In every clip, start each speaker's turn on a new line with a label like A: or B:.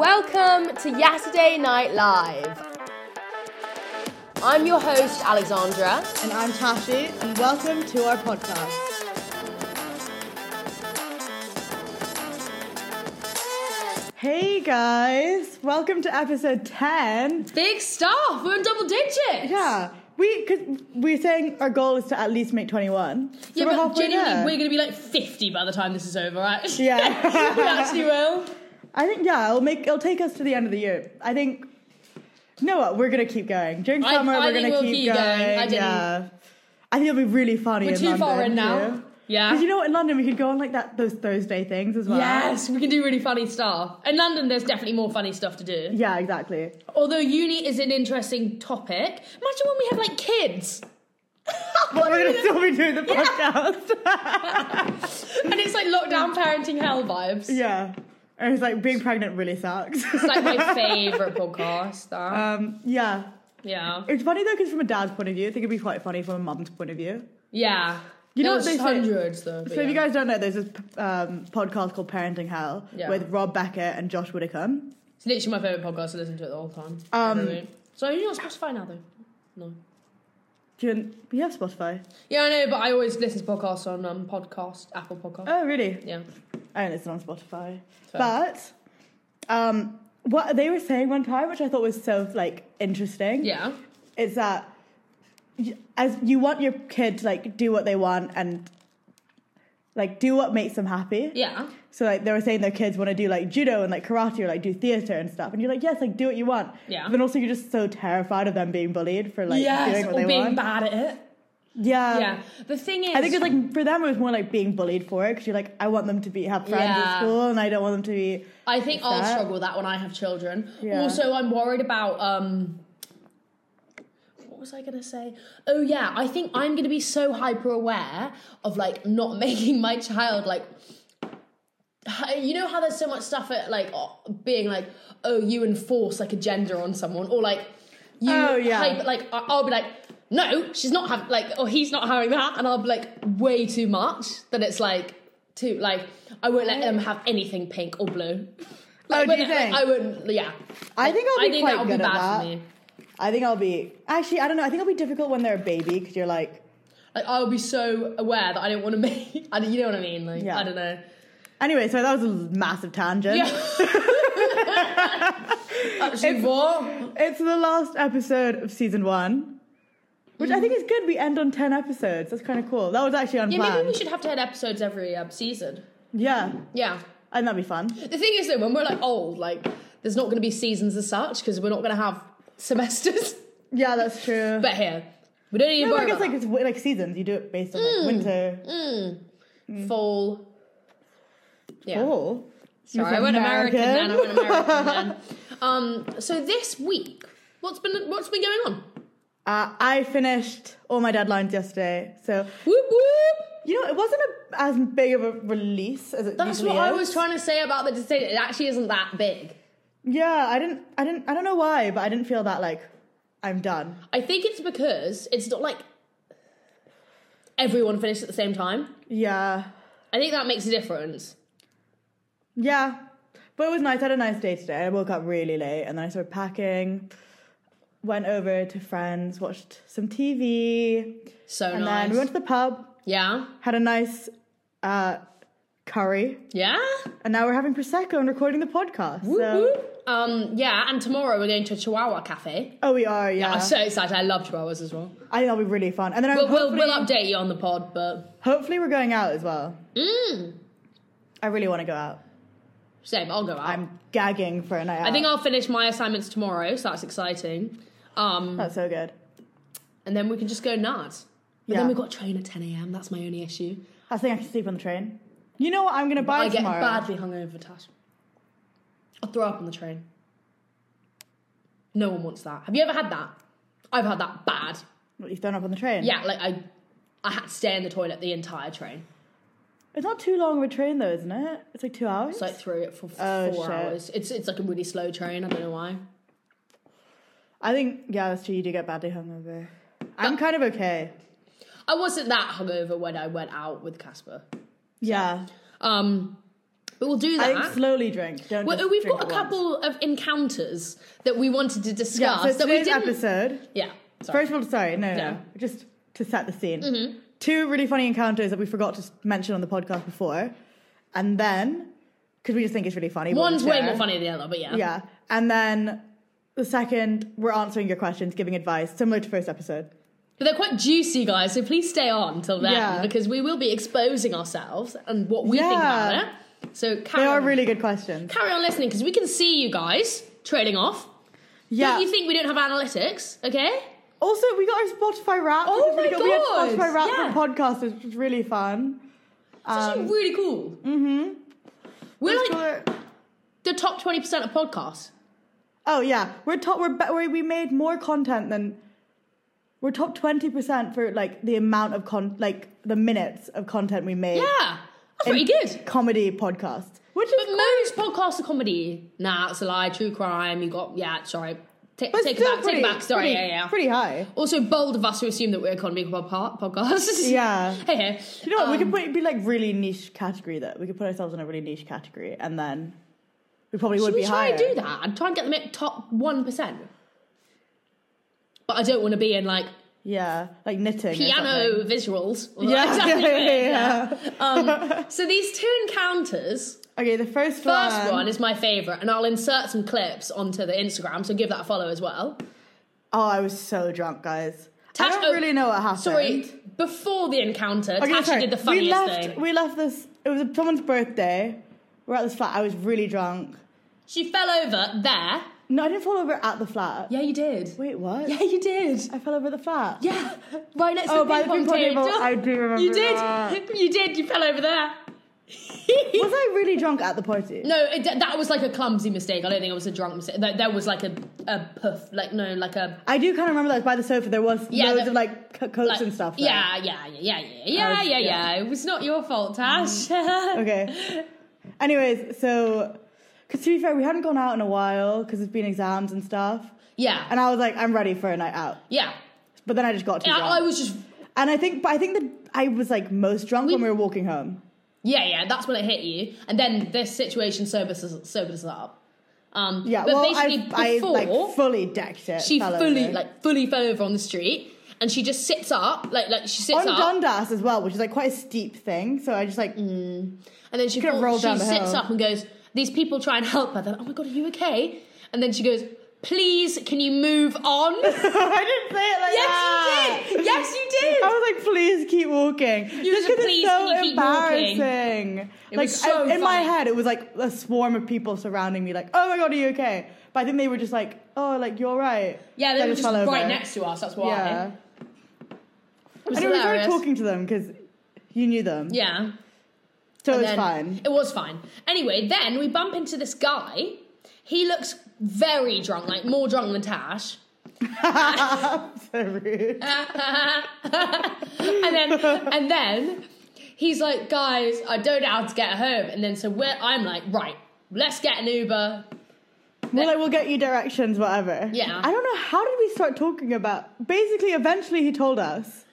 A: Welcome to Saturday Night Live. I'm your host, Alexandra.
B: And I'm Tashi, and welcome to our podcast. Hey guys, welcome to episode 10.
A: Big stuff, we're in double digits.
B: Yeah, we cause we're saying our goal is to at least make 21. So
A: Yeah,
B: we're
A: but
B: halfway
A: genuinely,
B: there.
A: we're going to be like 50 by the time this is over, right? we
B: Yeah.
A: actually will.
B: I think, yeah, it'll, make, it'll take us to the end of the year. I think, you know what, we're going to keep going. During
A: I-
B: summer,
A: I
B: we're
A: think we'll
B: going to keep,
A: keep going. I didn't-
B: Yeah. I think it'll be really funny
A: We're
B: in
A: too far
B: London,
A: in now.
B: too.
A: Yeah.
B: Because you know what, in London we could go on like that those Thursday things as well.
A: Yes, we can do really funny stuff. In London, there's definitely more funny stuff to do.
B: Yeah, exactly.
A: Although uni is an interesting topic. Imagine when we have like kids.
B: But we're gonna still be doing the podcast.
A: And it's like lockdown parenting hell vibes.
B: yeah. And it's like being pregnant really sucks.
A: It's like my favourite podcast. That.
B: um, yeah.
A: yeah.
B: It's funny though, because from a dad's point of view, I think it'd be quite funny from a mum's point of view.
A: Yeah.
B: You know what
A: There's
B: they say-
A: hundreds though. but
B: So if you
A: yeah.
B: guys don't know, there's this um, podcast called Parenting Hell
A: Yeah.
B: with Rob Beckett and Josh Widdicombe.
A: It's literally my favourite podcast. I listen to it the whole time.
B: Um,
A: Every week. so you're not Spotify now though. No.
B: Do you, you have Spotify?
A: Yeah, I know, but I always listen to podcasts on um, podcast Apple Podcast.
B: Oh, really?
A: yeah.
B: I don't listen on Spotify.
A: Fair.
B: But um, what they were saying one time, which I thought was so like interesting,
A: Yeah.
B: is that y- as you want your kid to like do what they want and like do what makes them happy.
A: Yeah.
B: So like they were saying their kids want to do like judo and like karate or like do theater and stuff, and you're like, yes, like do what you want.
A: Yeah.
B: But then also you're just so terrified of them being bullied for like
A: yes,
B: doing what
A: or
B: they
A: being
B: want.
A: bad at it.
B: yeah.
A: yeah. The thing is,
B: I think it's like for them it was more like being bullied for it because you're like I want them to be have friends
A: Yeah.
B: at school and I don't want them to be
A: I think I'll
B: that.
A: struggle with that when I have children.
B: Yeah.
A: Also, I'm worried about um what was I gonna say? Oh yeah, I think I'm gonna be so hyper aware of like not making my child like h- you know how there's so much stuff at like o- being like oh you enforce like a gender on someone or like you
B: Oh, yeah.
A: hyper, like I- I'll be like no she's not having like or he's not having that and I'll be like way too much that it's like too like I won't let them have anything pink or blue.
B: Oh, do
A: when
B: you
A: it- like,
B: think?
A: I wouldn't. Yeah,
B: I think I'll
A: I
B: be
A: think
B: quite
A: that would
B: good
A: be
B: at
A: bad
B: that.
A: for me.
B: I think I'll be actually. I don't know. I think it'll be difficult when they're a baby because you're like,
A: Like I'll be so aware that I don't want to make. I don't, you know what I mean? Like
B: Yeah.
A: I don't know.
B: anyway. So that was a massive tangent.
A: Yeah. Actually, what?
B: It's the last episode of season one, which I think is good. We end on ten episodes. That's kind of cool. That was actually
A: Yeah,
B: unplanned.
A: maybe we should have to head episodes every um, season.
B: Yeah,
A: Yeah.
B: and that'd be fun.
A: The thing is, though, when we're like old, like there's not going to be seasons as such because we're not going to have semesters.
B: Yeah, that's true.
A: but here, we don't need to
B: no, but
A: worry
B: I guess
A: about
B: like it's wi- like seasons. You do it based on like
A: Mm.
B: winter,
A: that. fall. Yeah.
B: fall.
A: Sorry, I
B: You're
A: went American. then. I went
B: American.
A: American then. Um, so this week, what's been what's been going on?
B: Uh, I finished all my deadlines yesterday, so
A: Whoop whoop.
B: you know it wasn't a, as big of a release as it
A: That's
B: usually
A: what I
B: is.
A: was trying to say about the decision. It actually isn't that big.
B: Yeah, I didn't, I didn't, I don't know why, but I didn't feel that like I'm done.
A: I think it's because it's not like everyone finished at the same time.
B: Yeah,
A: I think that makes a difference.
B: yeah, but it was nice. I had a nice day today. I woke up really late and then I started packing, went over to friends, watched some TV,
A: So
B: and
A: nice.
B: then we went to the pub,
A: yeah.
B: had a nice uh, curry,
A: Yeah.
B: and now we're having prosecco and recording the podcast.
A: Whoop,
B: so-
A: whoop. Um, yeah, and tomorrow we're going to a Chihuahua Cafe.
B: Oh, we are. Yeah,
A: I'm so excited. I love Chihuahuas as well.
B: I think that'll be really fun. And then
A: But
B: I'm
A: we'll,
B: hopefully,
A: we'll uh update you on the pod, but
B: hopefully we're going out as well.
A: Mm.
B: I really want to go out.
A: same, I'll go out.
B: I'm gagging for a night out.
A: I think I'll finish my assignments tomorrow, so that's exciting. Um,
B: That's so good.
A: and then we can just go nuts. But
B: Yeah.
A: then we've got a train at 10 a.m. That's my only issue.
B: I think I can sleep on the train. You know what I'm gonna buy
A: I get
B: tomorrow?
A: badly hungover, Tash. I'll throw up on the train. No one wants that. Have you ever had that? I've had that bad.
B: What, you've thrown up on the train.
A: Yeah, like I, I had to stay in the toilet the entire train.
B: It's not too long of a train though, isn't it? It's like two hours.
A: It's like through it for
B: Oh,
A: four
B: shit.
A: hours. It's it's like a really slow train. I don't know why.
B: I think yeah, that's true. You do get badly hungover. I'm kind of okay.
A: I wasn't that hungover when I went out with Casper.
B: Yeah.
A: Um, But we'll do
B: I
A: that.
B: think slowly drink. Don't
A: Well,
B: just
A: we've
B: drink
A: got a
B: at once.
A: couple of encounters that we wanted to discuss
B: Yeah, so
A: that we
B: today's
A: didn't.
B: episode.
A: Yeah. Sorry. Mm-hmm.
B: First of all, sorry, no, no,
A: No.
B: no. Just to set the scene. Two really funny encounters that we forgot to s- mention on the podcast before. And then, because we just think it's really funny. we
A: One's
B: wanna
A: way
B: share.
A: more funny than the other, but yeah.
B: Yeah. And then the second, we're answering your questions, giving advice, similar to first episode.
A: But they're quite juicy, guys. So please stay on till then
B: Yeah.
A: because we will be exposing ourselves and what we think
B: Yeah.
A: about it. So carry
B: They are
A: on.
B: really good questions.
A: carry on listening because we can see you guys trading off.
B: Yeah.
A: Don't you think we don't have analytics? Okay.
B: Also, we got our Spotify wrap. which
A: Oh
B: is really
A: my
B: good. We had
A: God,
B: Spotify wrap
A: yeah.
B: for podcasts, which was really fun.
A: It's actually
B: Um,
A: really cool. Mm-hmm. We're like the top twenty percent of podcasts.
B: Oh yeah, we're top. We're, be- we we made more content than we're top twenty percent for like the amount of con like the minutes of content we made.
A: Yeah, that's
B: in
A: pretty good.
B: Comedy podcast, which is
A: But most podcasts are comedy. Nah, it's a lie. True crime. You got yeah. Sorry. Take,
B: but
A: take it
B: still
A: back. take it back. Sorry.
B: pretty,
A: yeah, yeah.
B: pretty high.
A: also, bold of us to assume that we're a comedy pod- pod- podcast.
B: Yeah.
A: hey, hey.
B: You know what? we
A: Um,
B: could put it'd be like really niche category though. We could put ourselves in a really niche category, and then we probably would
A: Should
B: be
A: we try
B: higher.
A: and do that and try and get them at top one percent? But I don't want to be in like
B: Yeah, like knitting. or something.
A: piano visuals. or
B: Yeah,
A: like-
B: yeah, yeah,
A: Um, so these two encounters.
B: Okay, the first,
A: First one is my favorite, and I'll insert some clips onto the Instagram, so give that a follow as well.
B: Oh, I was so drunk, guys.
A: Tash-
B: I
A: oh,
B: don't really know what happened.
A: Sorry, before the encounter,
B: Okay,
A: Tasha
B: sorry.
A: did the funniest
B: we left,
A: thing.
B: We left this. It was someone's birthday. We're at this flat. I was really drunk.
A: She fell over there.
B: No, I didn't fall over at the flat.
A: Yeah, you did.
B: Wait, what?
A: Yeah, you did.
B: I fell over at the flat.
A: Yeah, right next to
B: Oh,
A: the
B: by
A: ping
B: the
A: pong
B: ping
A: table.
B: pong table. I do remember
A: You did.
B: that.
A: You did. You fell over there.
B: Was I really drunk at the party?
A: No, it, that was like a clumsy mistake. I don't think it was a drunk mistake. There, there was like a, a puff, like no, like a
B: I do kind of remember that by the sofa. There was
A: Yeah,
B: loads
A: the-
B: of like co- coats
A: like,
B: and stuff. there.
A: Yeah, yeah, yeah, yeah, yeah, yeah,
B: was-
A: yeah, yeah.
B: yeah. Mm.
A: It was not your fault, Tash.
B: Okay. Anyways, so because to be fair, we hadn't gone out in a while because it's been exams and stuff.
A: yeah,
B: And I was like, I'm ready for a night out.
A: yeah.
B: But then I just got too
A: And
B: drunk.
A: I, I was just
B: and I think, but I think that I was like most drunk when
A: We-
B: we were walking home.
A: yeah, yeah. That's when it hit you, and then this situation sobers us, sobers us up. Um,
B: Yeah,
A: but
B: well,
A: basically
B: I,
A: before
B: I like fully decked it.
A: she
B: fell
A: fully
B: over.
A: like fully fell over on the street, and she just sits up, like like she sits
B: on
A: up, Mm.
B: Dundas as well, which is like quite a steep thing. So I just like
A: And then she,
B: Could've
A: falls-
B: rolled
A: she
B: down the
A: sits
B: hill.
A: up and goes, These people try and help her. They're like, Oh my god, are you okay? And then she goes, Please, can you move on? yes,
B: I didn't say it like that.
A: you did! Yes, you did!
B: I was like, please keep walking. You
A: was like, "Please,
B: it's so
A: can you keep walking?"
B: embarrassing.
A: It
B: like
A: was so
B: I- in my
A: funny.
B: head, it was like a swarm of people surrounding me, like, oh my god, are you okay? But I think they were just like, oh, like you're right.
A: yeah, they
B: So I
A: were just
B: fell over.
A: right next to us, that's why.
B: Yeah,
A: It was
B: and we started
A: hilarious.
B: talking to them because you knew them,
A: Yeah.
B: so it
A: and
B: was
A: then-
B: fine.
A: It was fine. Anyway, then we bump into this guy. He looks very drunk, like more drunk than Tash.
B: so rude.
A: Uh, and then and then he's like, guys, I don't know how to get home. And then so we're, I'm like, right, let's get an Uber.
B: We're like, we'll get you directions, whatever.
A: Yeah.
B: I don't know how did we start talking about. Basically, eventually he told us.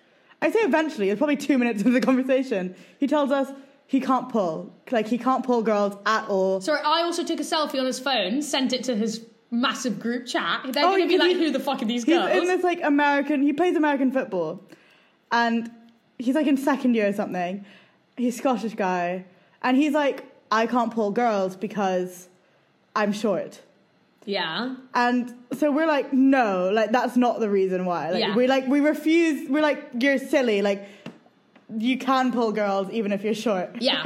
B: I say eventually. It's probably two minutes into the conversation. He tells us he can't pull. Like he can't pull girls at all.
A: Sorry, I also took a selfie on his phone, sent it to his massive group chat. They're
B: Oh,
A: gonna be
B: because
A: like,
B: he-
A: who the fuck are these
B: He's
A: girls?
B: in this like American. He plays American football, and he's like in second year or something. He's a Scottish guy, and he's like, I can't pull girls because I'm short.
A: yeah.
B: And so we're like, no, like that's not the reason why. Like
A: Yeah.
B: we like we refuse. We're like, you're silly. Like you can pull girls even if you're short.
A: Yeah.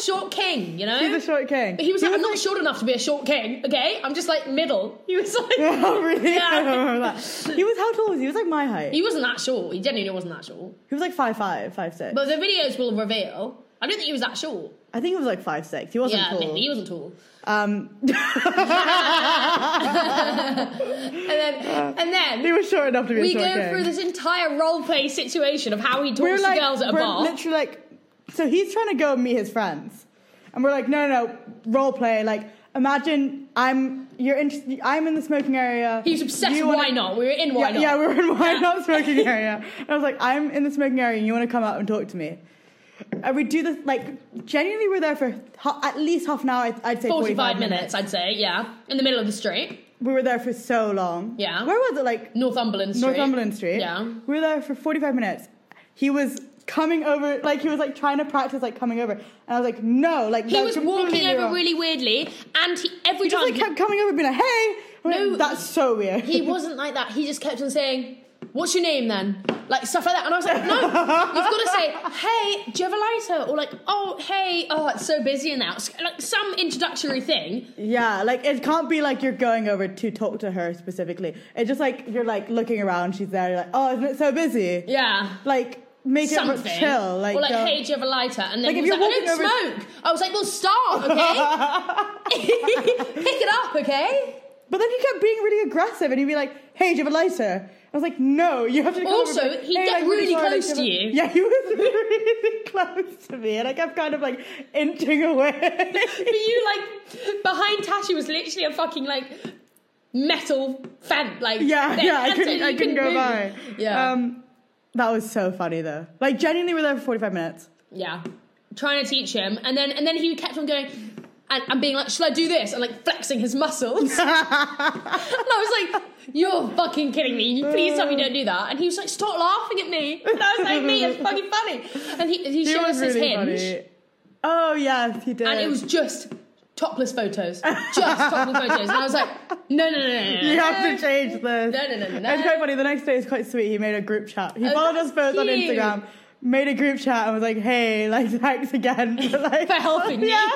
A: short king, you know?
B: He's a short king.
A: but he was like, I'm not short enough to be a short king, okay? I'm just like middle. He was like,
B: Oh, really? I
A: Yeah.
B: remember that. He was how tall was he? He was like my height.
A: he wasn't that short. He genuinely wasn't that short.
B: He was like five five, five six.
A: But the videos will reveal. I don't think he was that short.
B: I think he was like five six. He wasn't
A: Yeah,
B: tall.
A: maybe he wasn't tall.
B: Um,
A: And then, and then
B: Uh, he was short enough to be a
A: we
B: short
A: go
B: king.
A: through this entire role play situation of how he talks
B: we're
A: to
B: like,
A: girls at a
B: we're
A: bar.
B: literally like, so he's trying to go and meet his friends, and we're like, no, no, no, role play. Like, imagine I'm you're in, I'm in the smoking area.
A: He's obsessed
B: You
A: with
B: wanna-
A: why not. We were in why not.
B: yeah, yeah, we were in why not smoking area. And I was like, I'm in the smoking area, and you want to come out and talk to me. And we do this, like, genuinely, we're there for ho- at least half an hour, I'd, I'd say
A: 45, minutes, I'd say, yeah. In the middle of the street.
B: We were there for so long.
A: Yeah.
B: Where was it? Like,
A: Northumberland Street.
B: Northumberland Street.
A: Yeah.
B: We were there for 45 minutes. He was coming over, like, he was, like, trying to practice, like, coming over. And I was like, no, like,
A: He was walking over really weirdly, and he, every
B: Just,
A: time
B: like, kept coming over, being like, hey! I'm like,
A: No.
B: That's so weird.
A: he wasn't like that. He just kept on saying, "What's your name then?" Like stuff like that, and I was like, "No, you've got to say, hey, do you have a lighter?" Or like, "Oh, hey, oh, it's so busy and that." Like some introductory thing.
B: Yeah, like it can't be like you're going over to talk to her specifically. It's just like you're like looking around, she's there, you're like, oh, isn't it so busy?
A: Yeah.
B: Like make
A: Something.
B: it chill. Like,
A: or like,
B: don't-
A: hey, do you have a lighter? And then
B: Like,
A: he was
B: if you're
A: like, I don't
B: walking
A: smoke. I was like, well, stop, okay? Pick it up, okay?
B: but then he kept being really aggressive and he'd be like, hey, do you have a lighter? I was like, no, you have to go over
A: Also,
B: and be like,
A: he'd
B: "Hey,
A: get
B: like, really
A: really
B: sorry,
A: close
B: like, do
A: to
B: have a-"
A: you.
B: Yeah, he was really close to me and I kept kind of like inching away.
A: But you like behind Tashi was literally a fucking like metal fence, like
B: Yeah,
A: thing.
B: yeah, I
A: That's it,
B: couldn't,
A: you
B: I couldn't go
A: move.
B: by.
A: Yeah,
B: Um, that was so funny though. Like genuinely, we were there for 45 minutes.
A: yeah. Trying to teach him, and then and then he kept on going and, and being like, "Shall I do this?" and like flexing his muscles. and I was like, "You're fucking kidding me! Please tell me you don't do that." And he was like, "Stop laughing at me!" And I was like, "Me, it's fucking funny." And he he
B: It
A: showed us
B: was
A: his
B: really
A: hinge.
B: funny. Oh yes, he did.
A: and it was just topless photos, just topless photos. And I was like, no, no, no, no, no.
B: You
A: no.
B: have to change this.
A: No, no, no, no, no.
B: It's quite funny. The next day is quite sweet. He made a group chat. He
A: Oh,
B: followed
A: that's
B: us both on
A: cute.
B: Instagram, made a group chat, and was like, "Hey, like, thanks again for, like,
A: For helping me.
B: Yeah.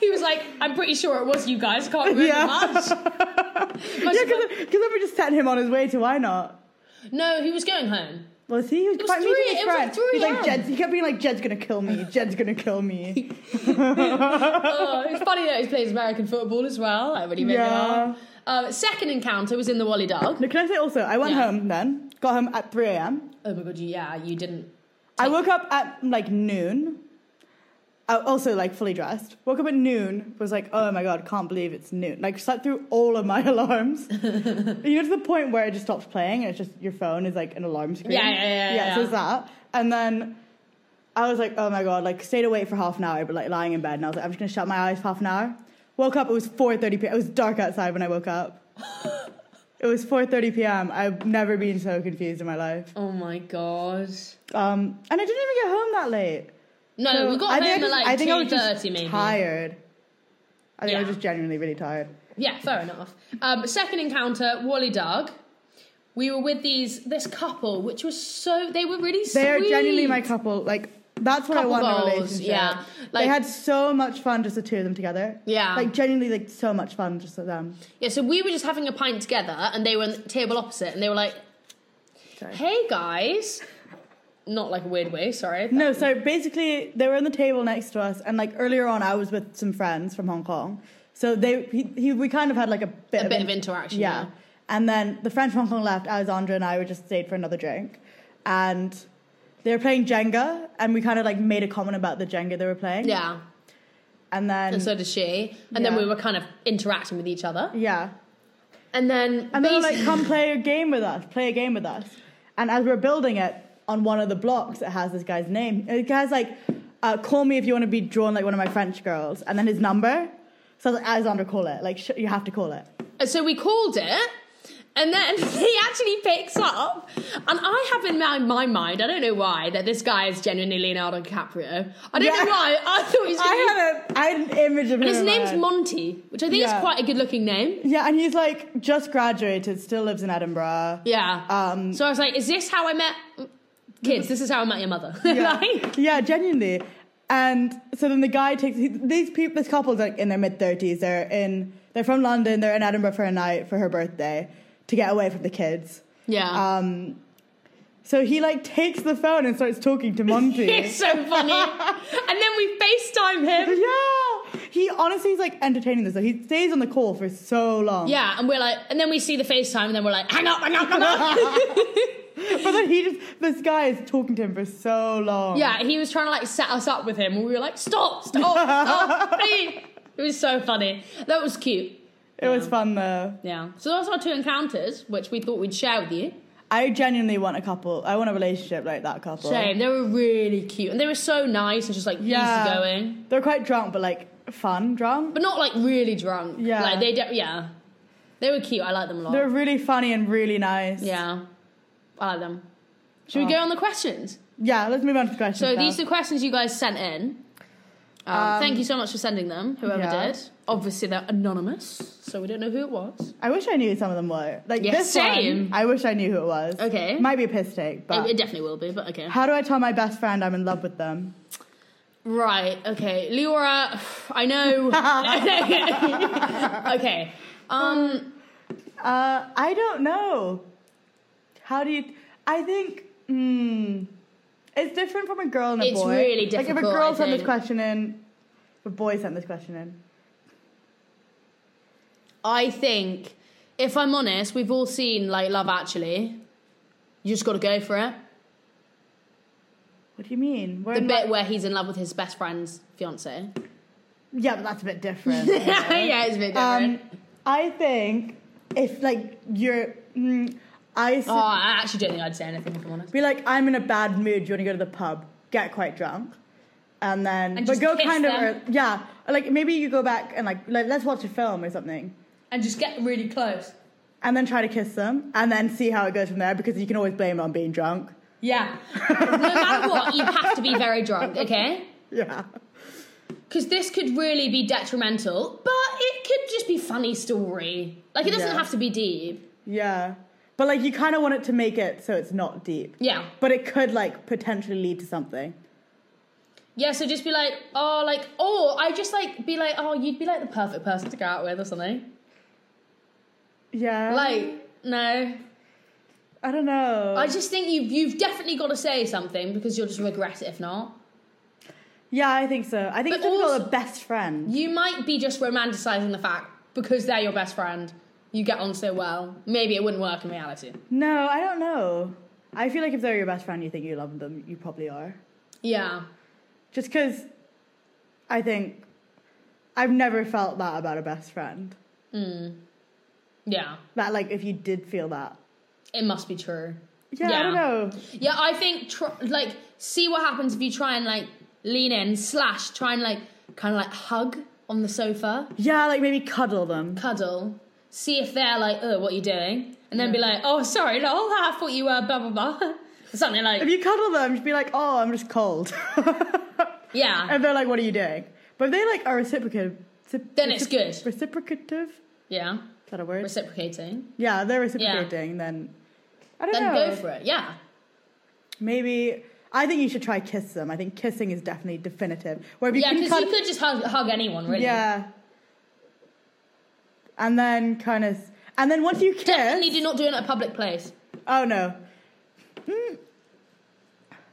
A: He was like, I'm pretty sure it was you guys. Can't remember
B: Yeah.
A: much. Must
B: yeah,
A: have been-
B: because we just sent him on his way to why not?
A: no, he was going home.
B: Was he? He was,
A: was
B: quite meeting
A: three-
B: his
A: it was
B: friend.
A: at 3
B: He's like,
A: a.m..
B: Jed's, he kept being like, "Jed's gonna kill me. Jed's gonna kill me."
A: Oh, it's funny that he plays American football as well. I really made yeah.
B: Yeah.
A: Um, second encounter was in the Wally Dog.
B: No, can I say also? I went
A: Yeah.
B: home then. Got home at 3 a.m.
A: Oh my god, you- yeah, you didn't.
B: I woke up at like noon. I also like fully dressed. Woke up at noon. Was like, oh my god, can't believe it's noon. Like slept through all of my alarms. you know, to the point where it just stops playing and it's just your phone is like an alarm screen.
A: Yeah, yeah, yeah,
B: Yeah, so
A: yeah.
B: it's that. And then I was like, oh my god, like stayed awake for half an hour, but like lying in bed, and I was like, I'm just gonna shut my eyes for half an hour. Woke up. It was 4:30 p.m. It was dark outside when I woke up. it was 4:30 p.m. I've never been so confused in my life.
A: Oh my god.
B: Um, and I didn't even get home that late.
A: No,
B: So
A: we got
B: I
A: home
B: think I
A: at
B: just-
A: like
B: I think I was
A: two
B: just
A: thirty, maybe.
B: Tired. I think I was
A: Yeah.
B: just genuinely really tired.
A: Yeah, fair enough. Um, second encounter, Wally Doug. We were with these this couple, which was so they were really
B: They are
A: sweet.
B: genuinely my couple. Like that's what
A: Couple
B: I want in a
A: goals,
B: relationship.
A: yeah.
B: they
A: Like-
B: had so much fun just the two of them together.
A: Yeah.
B: Like genuinely, like so much fun just with them.
A: Yeah, so we were just having a pint together, and they were on the table opposite, and they were like,
B: Sorry.
A: "Hey guys," not like a weird way. Sorry.
B: No, so basically they were on the table next to us, and like earlier on, I was with some friends from Hong Kong. So they, he, he we kind of had like a bit
A: A
B: of
A: bit
B: an-
A: of interaction,
B: Yeah.
A: yeah.
B: And then the friend from Hong Kong left. Alexandra and I were just stayed for another drink, and they were playing Jenga, and we kind of like made a comment about the Jenga they were playing.
A: Yeah.
B: And then
A: And so did she, and
B: Yeah.
A: then we were kind of interacting with each other,
B: yeah,
A: and then
B: and they were
A: basi-
B: like, "Come play a game with us. Play a game with us." And as we were building it on one of the blocks, it has this guy's name. The guy's like, uh, "Call me if you want to be drawn like one of my French girls," and then his number. So I was like, "Alexandra, call it. Like, sh- you have to call it."
A: And so we called it, and then he actually picks up. And I have in my, my mind, I don't know why, that this guy is genuinely Leonardo DiCaprio. I don't
B: Yeah.
A: know why. I thought he was. Gonna be-
B: I had a, I had an image of him.
A: his
B: in my
A: name's
B: head.
A: Monty, which I think
B: Yeah.
A: is quite a good looking name.
B: Yeah, and he's like just graduated, still lives in Edinburgh.
A: Yeah.
B: Um,
A: so I was like, is this how I met kids? This is how I met your mother.
B: Yeah,
A: like,
B: yeah genuinely. And so then the guy takes he, these people. This couple's like in their mid thirties. They're in. They're from London. They're in Edinburgh for a night for her birthday to get away from the kids.
A: yeah.
B: Um, so he like takes the phone and starts talking to Monty.
A: it's so funny. and then we FaceTime him.
B: yeah, he honestly is like entertaining this. Like, he stays on the call for so long.
A: Yeah, and we're like, and then we see the FaceTime, and then we're like, hang up, hang up, hang up.
B: but then he just this guy is talking to him for so long.
A: Yeah, he was trying to like set us up with him, and we were like, "Stop, stop, stop!" please." It was so funny. That was cute.
B: it was fun though.
A: Yeah. So those are our two encounters, which we thought we'd share with you.
B: I genuinely want a couple. I want a relationship like that couple.
A: Same. They were really cute, and they were so nice and just like
B: Yeah.
A: easygoing,
B: They're quite drunk, but like fun drunk.
A: but not like really drunk.
B: Yeah.
A: like they de- yeah, they were cute. I like them a lot.
B: They're really funny and really nice.
A: yeah, I like them. Should we
B: Oh.
A: go on the questions?
B: Yeah, let's move on to the questions.
A: So
B: now.
A: these are the questions you guys sent in. Um,
B: Um,
A: thank you so much for sending them. Whoever
B: yeah.
A: did. Obviously, they're anonymous, so we don't know who it was.
B: I wish I knew who some of them were. Like
A: Yeah,
B: this
A: same.
B: one, I wish I knew who it was.
A: Okay.
B: Might be a piss take, but
A: It, it definitely will be, but okay.
B: how do I tell my best friend I'm in love with them?
A: Right. Okay, Leora. I know. okay. Um.
B: Uh, I don't know. How do you? I think. Mm, it's different from a girl and a
A: It's
B: boy.
A: really
B: Like if
A: difficult,
B: a girl
A: I
B: sent this
A: think.
B: question in, if a boy sent this question in.
A: I think, if I'm honest, we've all seen like Love Actually. You just got to go for it.
B: What do you mean? We're
A: The
B: in
A: bit
B: like-
A: where he's in love with his best friend's fiance.
B: yeah, but that's a bit different.
A: yeah, it's a bit different.
B: um, I think if like you're, mm, I s-
A: oh, I actually don't think I'd say anything if I'm honest.
B: be like, I'm in a bad mood. Do you want to go to the pub? Get quite drunk, and then
A: And
B: but
A: just
B: go
A: kiss
B: kind
A: them?
B: of ear- yeah. Like maybe you go back and like, like let's watch a film or something.
A: And just get really close.
B: and then try to kiss them, and then see how it goes from there because you can always blame it on being drunk.
A: Yeah. no matter what, you have to be very drunk, okay?
B: Yeah.
A: Because this could really be detrimental, but it could just be funny story. Like it doesn't
B: Yeah.
A: have to be deep.
B: Yeah. But like you kind of want it to make it so it's not deep.
A: Yeah.
B: But it could like potentially lead to something.
A: Yeah, so just be like, oh, like, oh, I just like be like, oh, you'd be like the perfect person to go out with or something.
B: Yeah.
A: Like, no.
B: I don't know.
A: I just think you've, you've definitely got to say something because you'll just regret it if not.
B: yeah, I think so. I think
A: But
B: it's difficult
A: also-
B: with best friend.
A: You might be just romanticizing the fact because they're your best friend, you get on so well. Maybe it wouldn't work in reality.
B: No, I don't know. I feel like if they're your best friend, you think you love them. You probably are.
A: Yeah.
B: Just because I think I've never felt that about a best friend.
A: Mm. Yeah.
B: That like if you did feel that.
A: It must be true.
B: Yeah,
A: Yeah.
B: I don't know.
A: Yeah, I think tr- like see what happens if you try and like lean in slash try and like kind of like hug on the sofa,
B: Yeah, like maybe cuddle them.
A: cuddle, see if they're like, oh, what are you doing? And then be like, oh, sorry, lol, I thought you were blah blah blah, something
B: If
A: like
B: you cuddle them, you'd be like, "Oh, I'm just cold,"
A: yeah,
B: and they're like, "What are you doing?" But if they like are reciprocative.
A: Then it's good.
B: Reciprocative? Is
A: yeah,
B: that a word?
A: reciprocating,
B: yeah, they're reciprocating. Then I don't
A: then
B: know.
A: go for it, yeah,
B: Maybe I think you should try kiss them. I think kissing is definitely definitive. Where if you
A: yeah,
B: can
A: because you
B: cuddle,
A: could just hug, hug anyone really,
B: yeah, and then kind of, and then once you kiss,
A: definitely do not do it at a public place,
B: oh no, Mm.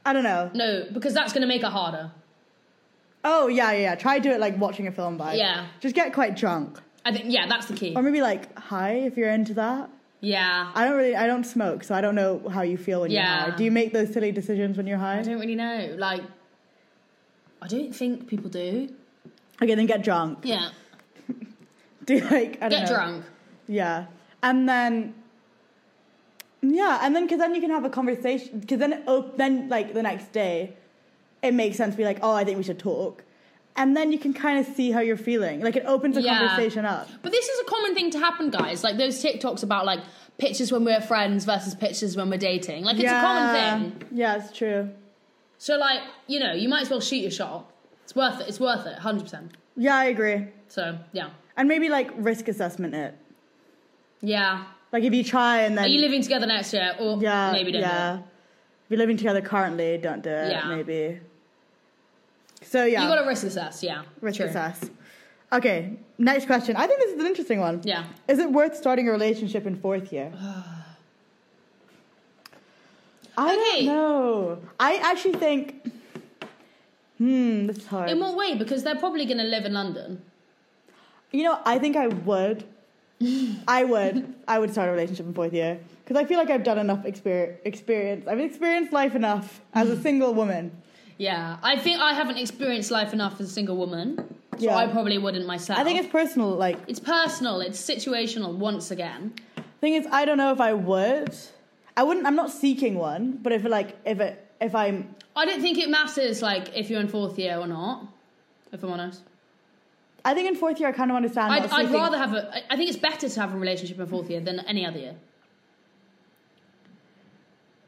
B: I don't know.
A: no, because that's gonna make it harder.
B: Oh yeah, yeah, yeah. Try do it like watching a film vibe.
A: Yeah.
B: Just get quite drunk.
A: I think yeah, that's the key.
B: Or maybe like high if you're into that.
A: Yeah,
B: I don't really I don't smoke, so I don't know how you feel when
A: Yeah.
B: you're high. Do you make those silly decisions when you're
A: I
B: high?
A: don't really know, like. I don't think people do.
B: Okay, then get drunk.
A: Yeah.
B: Do like I don't
A: Get
B: know.
A: drunk.
B: Yeah. And then yeah, and then because then you can have a conversation. Because then, it op- then like the next day, it makes sense to be like, oh, I think we should talk, and then you can kind of see how you're feeling. Like it opens a
A: Yeah.
B: conversation up.
A: But this is a common thing to happen, guys. Like those TikToks about like pictures when we're friends versus pictures when we're dating. Like it's a common thing.
B: Yeah, it's true.
A: So like, you know, you might as well shoot your shot. It's worth it. It's worth it. 100%.
B: Yeah, I agree.
A: So, yeah.
B: And maybe like risk assessment it.
A: Yeah.
B: Like if you try and then
A: Are you living together next year or
B: yeah,
A: maybe don't.
B: yeah.
A: know.
B: If you're living together currently, don't do it.
A: Yeah.
B: Maybe. So yeah,
A: You got to risk assess, yeah.
B: risk
A: True.
B: assess. Okay, next question. I think this is an interesting one.
A: Yeah.
B: Is it worth starting a relationship in fourth year? I
A: Okay.
B: don't know. I actually think. Hmm, this is hard.
A: In what way? Because they're probably going to live in London.
B: You know, I think I would. I would. I would start a relationship in fourth year because I feel like I've done enough exper- experience. I've experienced life enough as a single woman.
A: Yeah. I think I haven't experienced life enough as a single woman. So
B: Yeah.
A: I probably wouldn't myself.
B: I think it's personal. Like,
A: It's personal, it's situational once again.
B: thing is, I don't know if I would. I wouldn't. I'm not seeking one, but if like if it if I'm
A: I don't think it matters like if you're in fourth year or not. If I'm honest,
B: I think in fourth year I kind of understand.
A: I'd,
B: not
A: I'd
B: seeking-
A: rather have a. I- I think it's better to have a relationship in fourth year than any other year.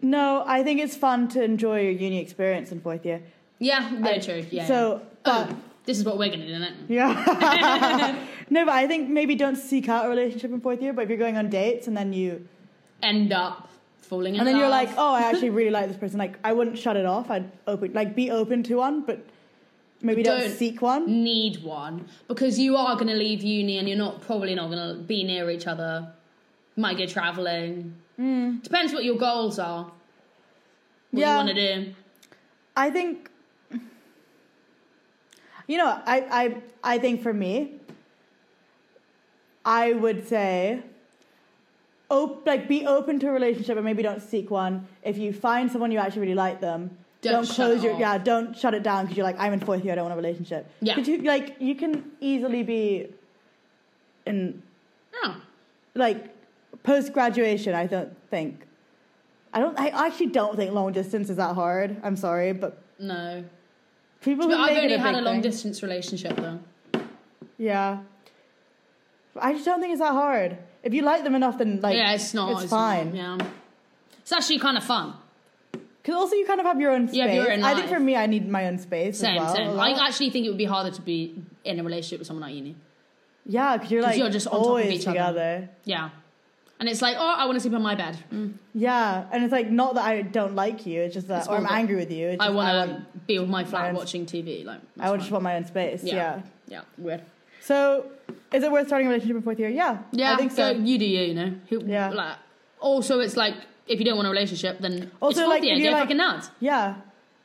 B: No, I think it's fun to enjoy your uni experience in fourth year.
A: Yeah, very
B: I-
A: true. Yeah. yeah.
B: So, uh, but
A: oh, this is what we're gonna do, isn't it?
B: yeah. no, but I think maybe don't seek out a relationship in fourth year. But if you're going on dates and then you
A: End up falling in
B: and then you're
A: love.
B: like, oh, I actually really like this person. Like, I wouldn't shut it off. I'd open like be open to one, but maybe don't,
A: Don't-
B: seek one.
A: need one because you are going to leave uni and you're not probably not going to be near each other. Might go traveling. Depends what your goals are. What
B: Hmm. Yeah.
A: you want to do.
B: I think. You know, I I I think for me. I would say. Op- like be open to a relationship and maybe don't seek one. If you find someone you actually really like them,
A: Don't shut it
B: your
A: off.
B: yeah. Don't shut it down because you're like I'm in fourth year. I don't want a relationship.
A: Yeah.
B: 'Cause you, like you can easily be. In
A: Oh.
B: like post graduation, I don't think. I don't. I actually don't think long distance is that hard. I'm sorry, but
A: No.
B: people.
A: But
B: who
A: I've
B: make it
A: only had
B: big
A: a long
B: thing-
A: distance relationship though.
B: Yeah. I just don't think it's that hard. If you like them enough, then like
A: yeah, it's not.
B: It's, fine.
A: Not, yeah. It's actually kind of fun.
B: Because also you kind of have your own space.
A: You have your own
B: I think
A: life.
B: for me, I need my own space.
A: Same,
B: as well, a
A: same.
B: lot.
A: I actually think it would be harder to be in a relationship with someone at uni.
B: yeah, because you're like
A: you're just on top of
B: always
A: each other.
B: together.
A: Yeah. And it's like, oh, I want to sleep on my bed. Mm.
B: Yeah, and it's like not that I don't like you. It's just that,
A: It's
B: or I'm
A: all good.
B: angry with you. It's
A: I
B: just,
A: want
B: I want.
A: to be with my flat
B: friends.
A: watching TV. Like,
B: I
A: want
B: would just want my own space. Yeah.
A: Yeah. Yeah. Weird.
B: So, is it worth starting a relationship in fourth year? Yeah.
A: Yeah,
B: I think so.
A: go- you do you, you know. Who,
B: Yeah.
A: Like, also, it's like if you don't want a relationship, then
B: Also,
A: it's
B: like,
A: like, the
B: if
A: idea
B: you're, like-
A: fucking nuts.
B: Yeah.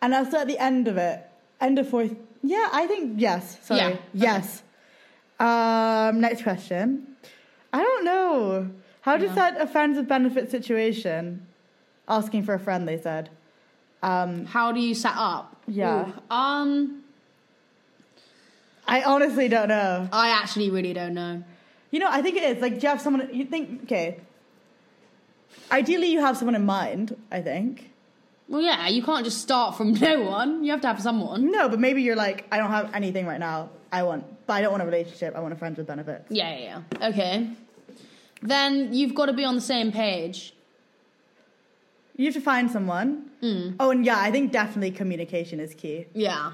B: And also at the end of it, end of fourth. Yeah, I think yes. Sorry.
A: Yeah, okay.
B: Yes. Um, next question. I don't know. How does
A: Yeah.
B: that a friends with benefit situation? Asking for a friend, they said. Um,
A: How do you set up?
B: Yeah.
A: Ooh, um,
B: I honestly don't know.
A: I actually really don't know.
B: You know, I think it is like do you have someone. You think okay. Ideally, you have someone in mind. I think.
A: Well, yeah, you can't just start from no one. You have to have someone.
B: No, but maybe you're like, I don't have anything right now. I want, but I don't want a relationship. I want a friends with benefits.
A: Yeah, yeah, yeah. Okay. Then you've got to be on the same page.
B: You have to find someone.
A: Mm.
B: Oh, and yeah, I think definitely communication is key.
A: Yeah.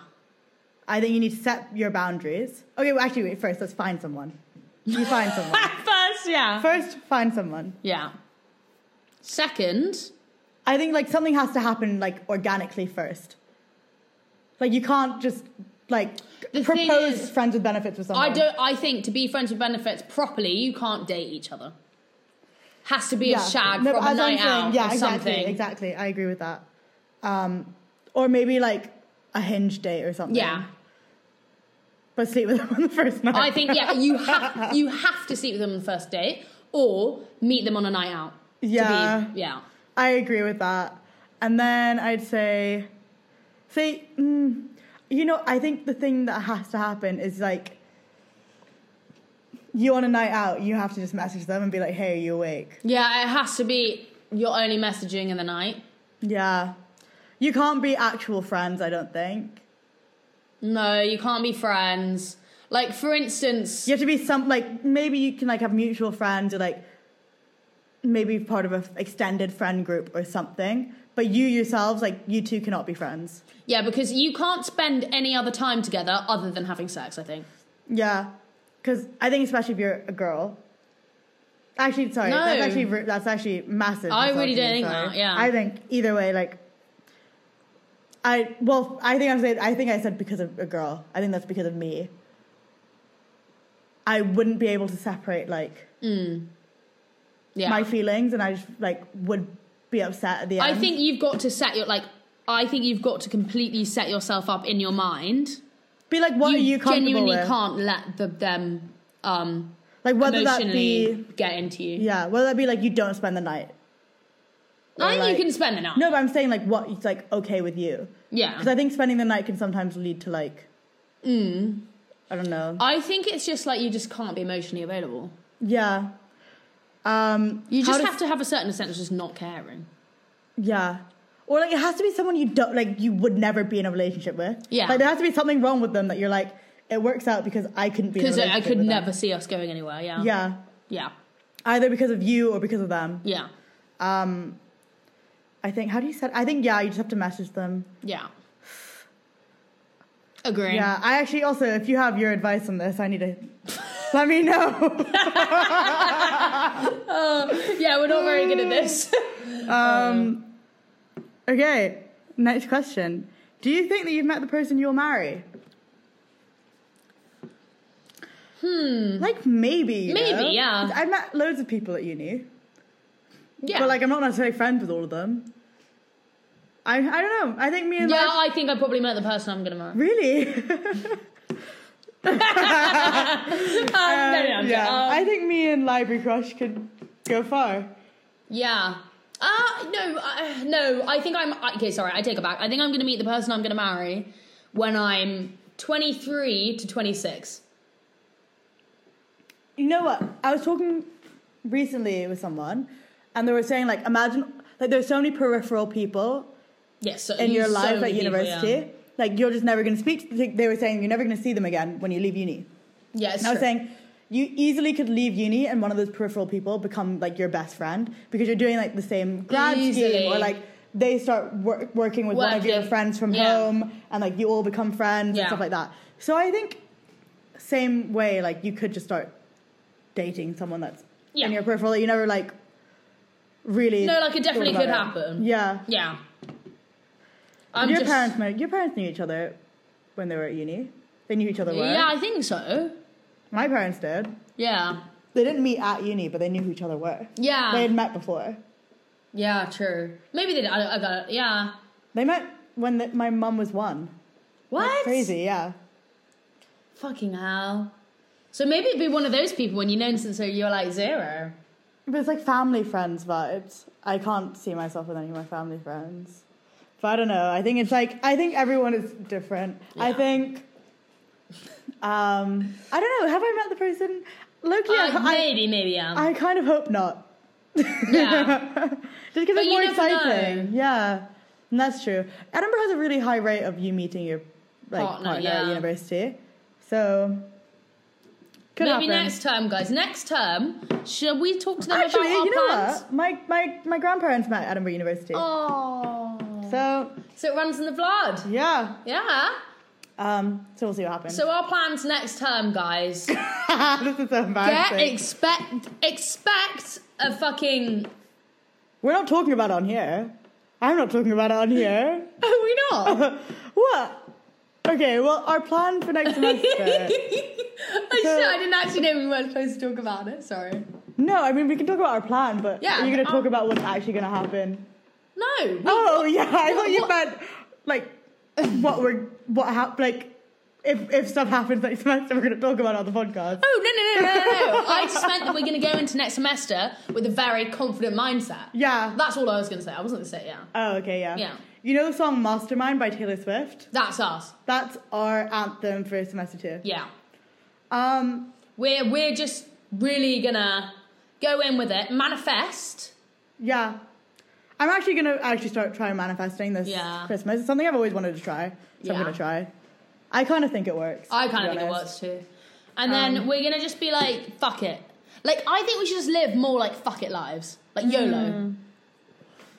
B: I think you need to set your boundaries. Okay, well, actually, wait, first, let's find someone. You find someone.
A: First, yeah.
B: first, find someone.
A: yeah. Second,
B: I think, like, something has to happen, like, organically first. Like, you can't just, like,
A: The thing
B: propose
A: is-
B: friends with benefits with someone.
A: I don't. I think to be friends with benefits properly, you can't date each other. Has to be a shag
B: No,
A: from
B: but
A: a
B: as I'm
A: night
B: saying-
A: out
B: yeah,
A: or
B: exactly,
A: something.
B: Exactly, I agree with that. Um, or maybe, like, a hinge date or something.
A: Yeah,
B: But sleep with them on the first night.
A: I think yeah. You have you have to sleep with them on the first date or meet them on a night out. to be-
B: Yeah.
A: yeah.
B: I agree with that. And then I'd say, say, mm, you know, I think the thing that has to happen is like, you on a night out, you have to just message them and be like, hey, are you awake?
A: Yeah, it has to be. You're only messaging in the night.
B: Yeah. You can't be actual friends, I don't think.
A: No, you can't be friends. Like for instance,
B: You have to be some, like, maybe you can, like, have mutual friends or, like, maybe part of a f- extended friend group or something. But you yourselves, like, you two cannot be friends.
A: yeah, because you can't spend any other time together other than having sex. I think.
B: Yeah, because I think especially if you're a girl. Actually, sorry,
A: No.
B: that's actually ru- that's actually massive.
A: I really
B: misogyny,
A: don't think
B: sorry.
A: that, yeah.
B: I think either way, like, I well, I think I'm saying I think I said because of a girl. I think that's because of me. I wouldn't be able to separate like
A: Yeah.
B: my feelings, and I just like would be upset at the end.
A: I think you've got to set your like. I think you've got to completely set yourself up in your mind.
B: be like, what
A: you,
B: are you comfortable
A: genuinely
B: with?
A: can't let the, them um,
B: like whether that
A: emotionally
B: be
A: get into you.
B: yeah, whether that be like you don't spend the night.
A: I think
B: like-
A: you can spend the night.
B: No, but I'm saying like what it's like okay with you.
A: yeah,
B: Because I think spending the night can sometimes lead to like,
A: Mm.
B: I don't know.
A: I think it's just like you just can't be emotionally available.
B: yeah. Um,
A: You
B: how
A: just
B: does-
A: have to have a certain sense of just not caring.
B: Yeah. Or like it has to be someone you don't like you would never be in a relationship with.
A: Yeah.
B: Like there has to be something wrong with them that you're like, it works out because I couldn't be in a
A: Because I
B: relationship
A: could
B: with
A: never
B: them.
A: see us going anywhere. Yeah.
B: Yeah.
A: Yeah.
B: Either because of you or because of them.
A: Yeah.
B: Um I think how do you set I think yeah, you just have to message them.
A: Yeah. Agree.
B: Yeah. I actually also if you have your advice on this, I need to let me know.
A: Um, Yeah, we're not very good at this.
B: Um Okay. Next question. Do you think that you've met the person you'll marry? Hmm. Like maybe. you
A: Maybe,
B: know?
A: yeah.
B: I met loads of people at uni.
A: yeah.
B: But like, I'm not necessarily friends with all of them. I I don't know. I think me and
A: yeah,
B: like
A: I think I probably met the person I'm gonna marry.
B: really.
A: Um, no, no, I'm
B: yeah.
A: joking. Um,
B: I think me and Library Crush could go far.
A: Yeah. Uh, no, uh, no. I think I'm. Okay, sorry, I take it back. I think I'm going to meet the person I'm going to marry when I'm 23 to 26.
B: You know what? I was talking recently with someone, and they were saying like, imagine like there's so many peripheral people
A: Yes, so
B: in your
A: so
B: life at
A: many people,
B: university.
A: yeah.
B: Like you're just never going to speak. to- They were saying you're never going to see them again when you leave uni.
A: Yeah, it's
B: And I was
A: true.
B: saying you easily could leave uni and one of those peripheral people become like your best friend because you're doing like the same grad
A: Easily.
B: scheme or like they start wor- working with one of your
A: Working.
B: friends from
A: Yeah.
B: home and like you all become friends
A: Yeah.
B: and stuff like that. So I think same way like you could just start dating someone that's
A: Yeah.
B: in your peripheral that you never like really
A: No, like, it
B: thought
A: definitely
B: about
A: could happen.
B: Yeah.
A: Yeah. I'm
B: your
A: just-
B: parents know, your parents knew each other when they were at uni. They knew each other well.
A: Yeah, I think so.
B: My parents did.
A: Yeah.
B: They didn't meet at uni, but they knew who each other were.
A: Yeah.
B: They had met before.
A: yeah, true. Maybe they did. I, I got it. Yeah.
B: They met when the, my mum was one.
A: What?
B: Crazy, yeah.
A: Fucking hell. So maybe it'd be one of those people when you know since so you're like zero.
B: But it's like family friends vibes. I can't see myself with any of my family friends. But I don't know. I think it's like I think everyone is different. I
A: Yeah.
B: think. Um, I don't know. Have I met the person? Loki, I,
A: Uh,
B: I,
A: maybe, maybe, yeah.
B: I kind of hope not.
A: yeah.
B: Just because
A: But
B: it's
A: you
B: more
A: never know.
B: exciting. Yeah, and that's true. Edinburgh has a really high rate of you meeting your like, partner,
A: Partner,
B: at
A: yeah.
B: university. So could
A: Maybe
B: happen.
A: next term, guys. Next term, shall we talk to them
B: Actually,
A: about our
B: you know
A: plans?
B: what? My my my grandparents met at Edinburgh University.
A: Oh,
B: So
A: so it runs in the blood.
B: yeah.
A: Yeah.
B: Um. So we'll see what happens.
A: So our plans next term, guys.
B: this is so
A: Get
B: embarrassing.
A: expect expect a fucking.
B: We're not talking about it on here. I'm not talking about it on here.
A: Are we not?
B: what? Okay. Well, our plan for next semester.
A: I, should, I didn't actually know we weren't supposed to talk about it. Sorry.
B: No, I mean we can talk about our plan, but
A: Yeah,
B: are you gonna
A: um,
B: talk about what's actually gonna happen?
A: No. we-
B: Oh yeah, I thought you
A: what-
B: meant like what we're what hap- like if if stuff happens next semester, we're gonna talk about it on the podcast.
A: Oh no no no no no! no. I just meant that we're going to go into next semester with a very confident mindset.
B: Yeah.
A: That's all I was going to say. I wasn't going to say yeah.
B: Oh okay, yeah.
A: Yeah.
B: You know the song "Mastermind" by Taylor Swift?
A: That's us.
B: That's our anthem for semester two.
A: Yeah.
B: Um,
A: We're we're just really gonna go in with it, manifest.
B: yeah. I'm actually gonna actually start trying manifesting this
A: Yeah.
B: Christmas. It's something I've always wanted to try, so I'm
A: Yeah.
B: gonna try. I kind of think it works.
A: I
B: to be
A: kind of think it
B: honest. Um,
A: works too. And then we're gonna just be like, fuck it. Like I think we should just live more like fuck it lives, like YOLO.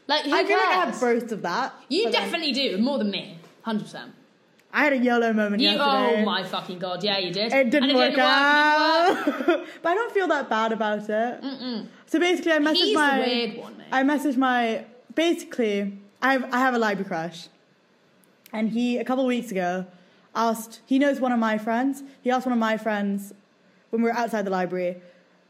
A: Like who
B: Mm. I feel
A: cares?
B: like I have bursts of that.
A: you
B: but then-
A: definitely do more than me, hundred percent.
B: I had a YOLO moment
A: You
B: yesterday.
A: oh my fucking god, yeah you did.
B: It didn't
A: And if
B: work
A: it
B: out.
A: work,
B: but I don't feel that bad about it. So basically, I messaged
A: He's the
B: my.
A: weird one, mate.
B: I messaged my. Basically, I have, I have a library crush. And he, a couple of weeks ago, asked. He knows one of my friends. He asked one of my friends when we were outside the library,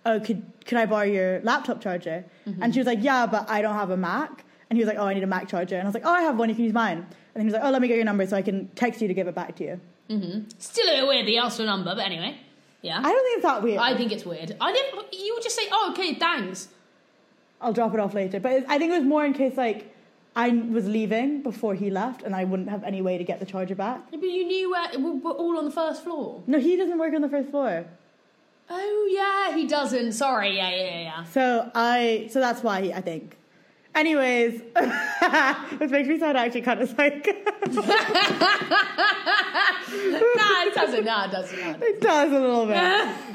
B: oh, could, could I borrow your laptop charger?
A: Mm-hmm.
B: And she was like, yeah, but I don't have a Mac. And he was like, oh, I need a Mac charger. And I was like, oh, I have one. You can use mine. And then he was like, oh, let me get your number so I can text you to give it back to you.
A: Still a bit weird that he asked for a number, but anyway. Yeah.
B: I don't think it's that weird.
A: I think it's weird. I didn't you would just say, Oh okay, thanks.
B: I'll drop it off later. But it, I think it was more in case like I was leaving before he left, and I wouldn't have any way to get the charger back.
A: Yeah, But you knew where we were all on the first floor.
B: No, he doesn't work on the first floor,
A: Oh yeah, he doesn't. Sorry, yeah, yeah, yeah, yeah.
B: so I so that's why he, I think. Anyways, which makes me sound actually kind of psycho.
A: nah, it doesn't. Nah, it doesn't. Nah, it
B: it does a little bit.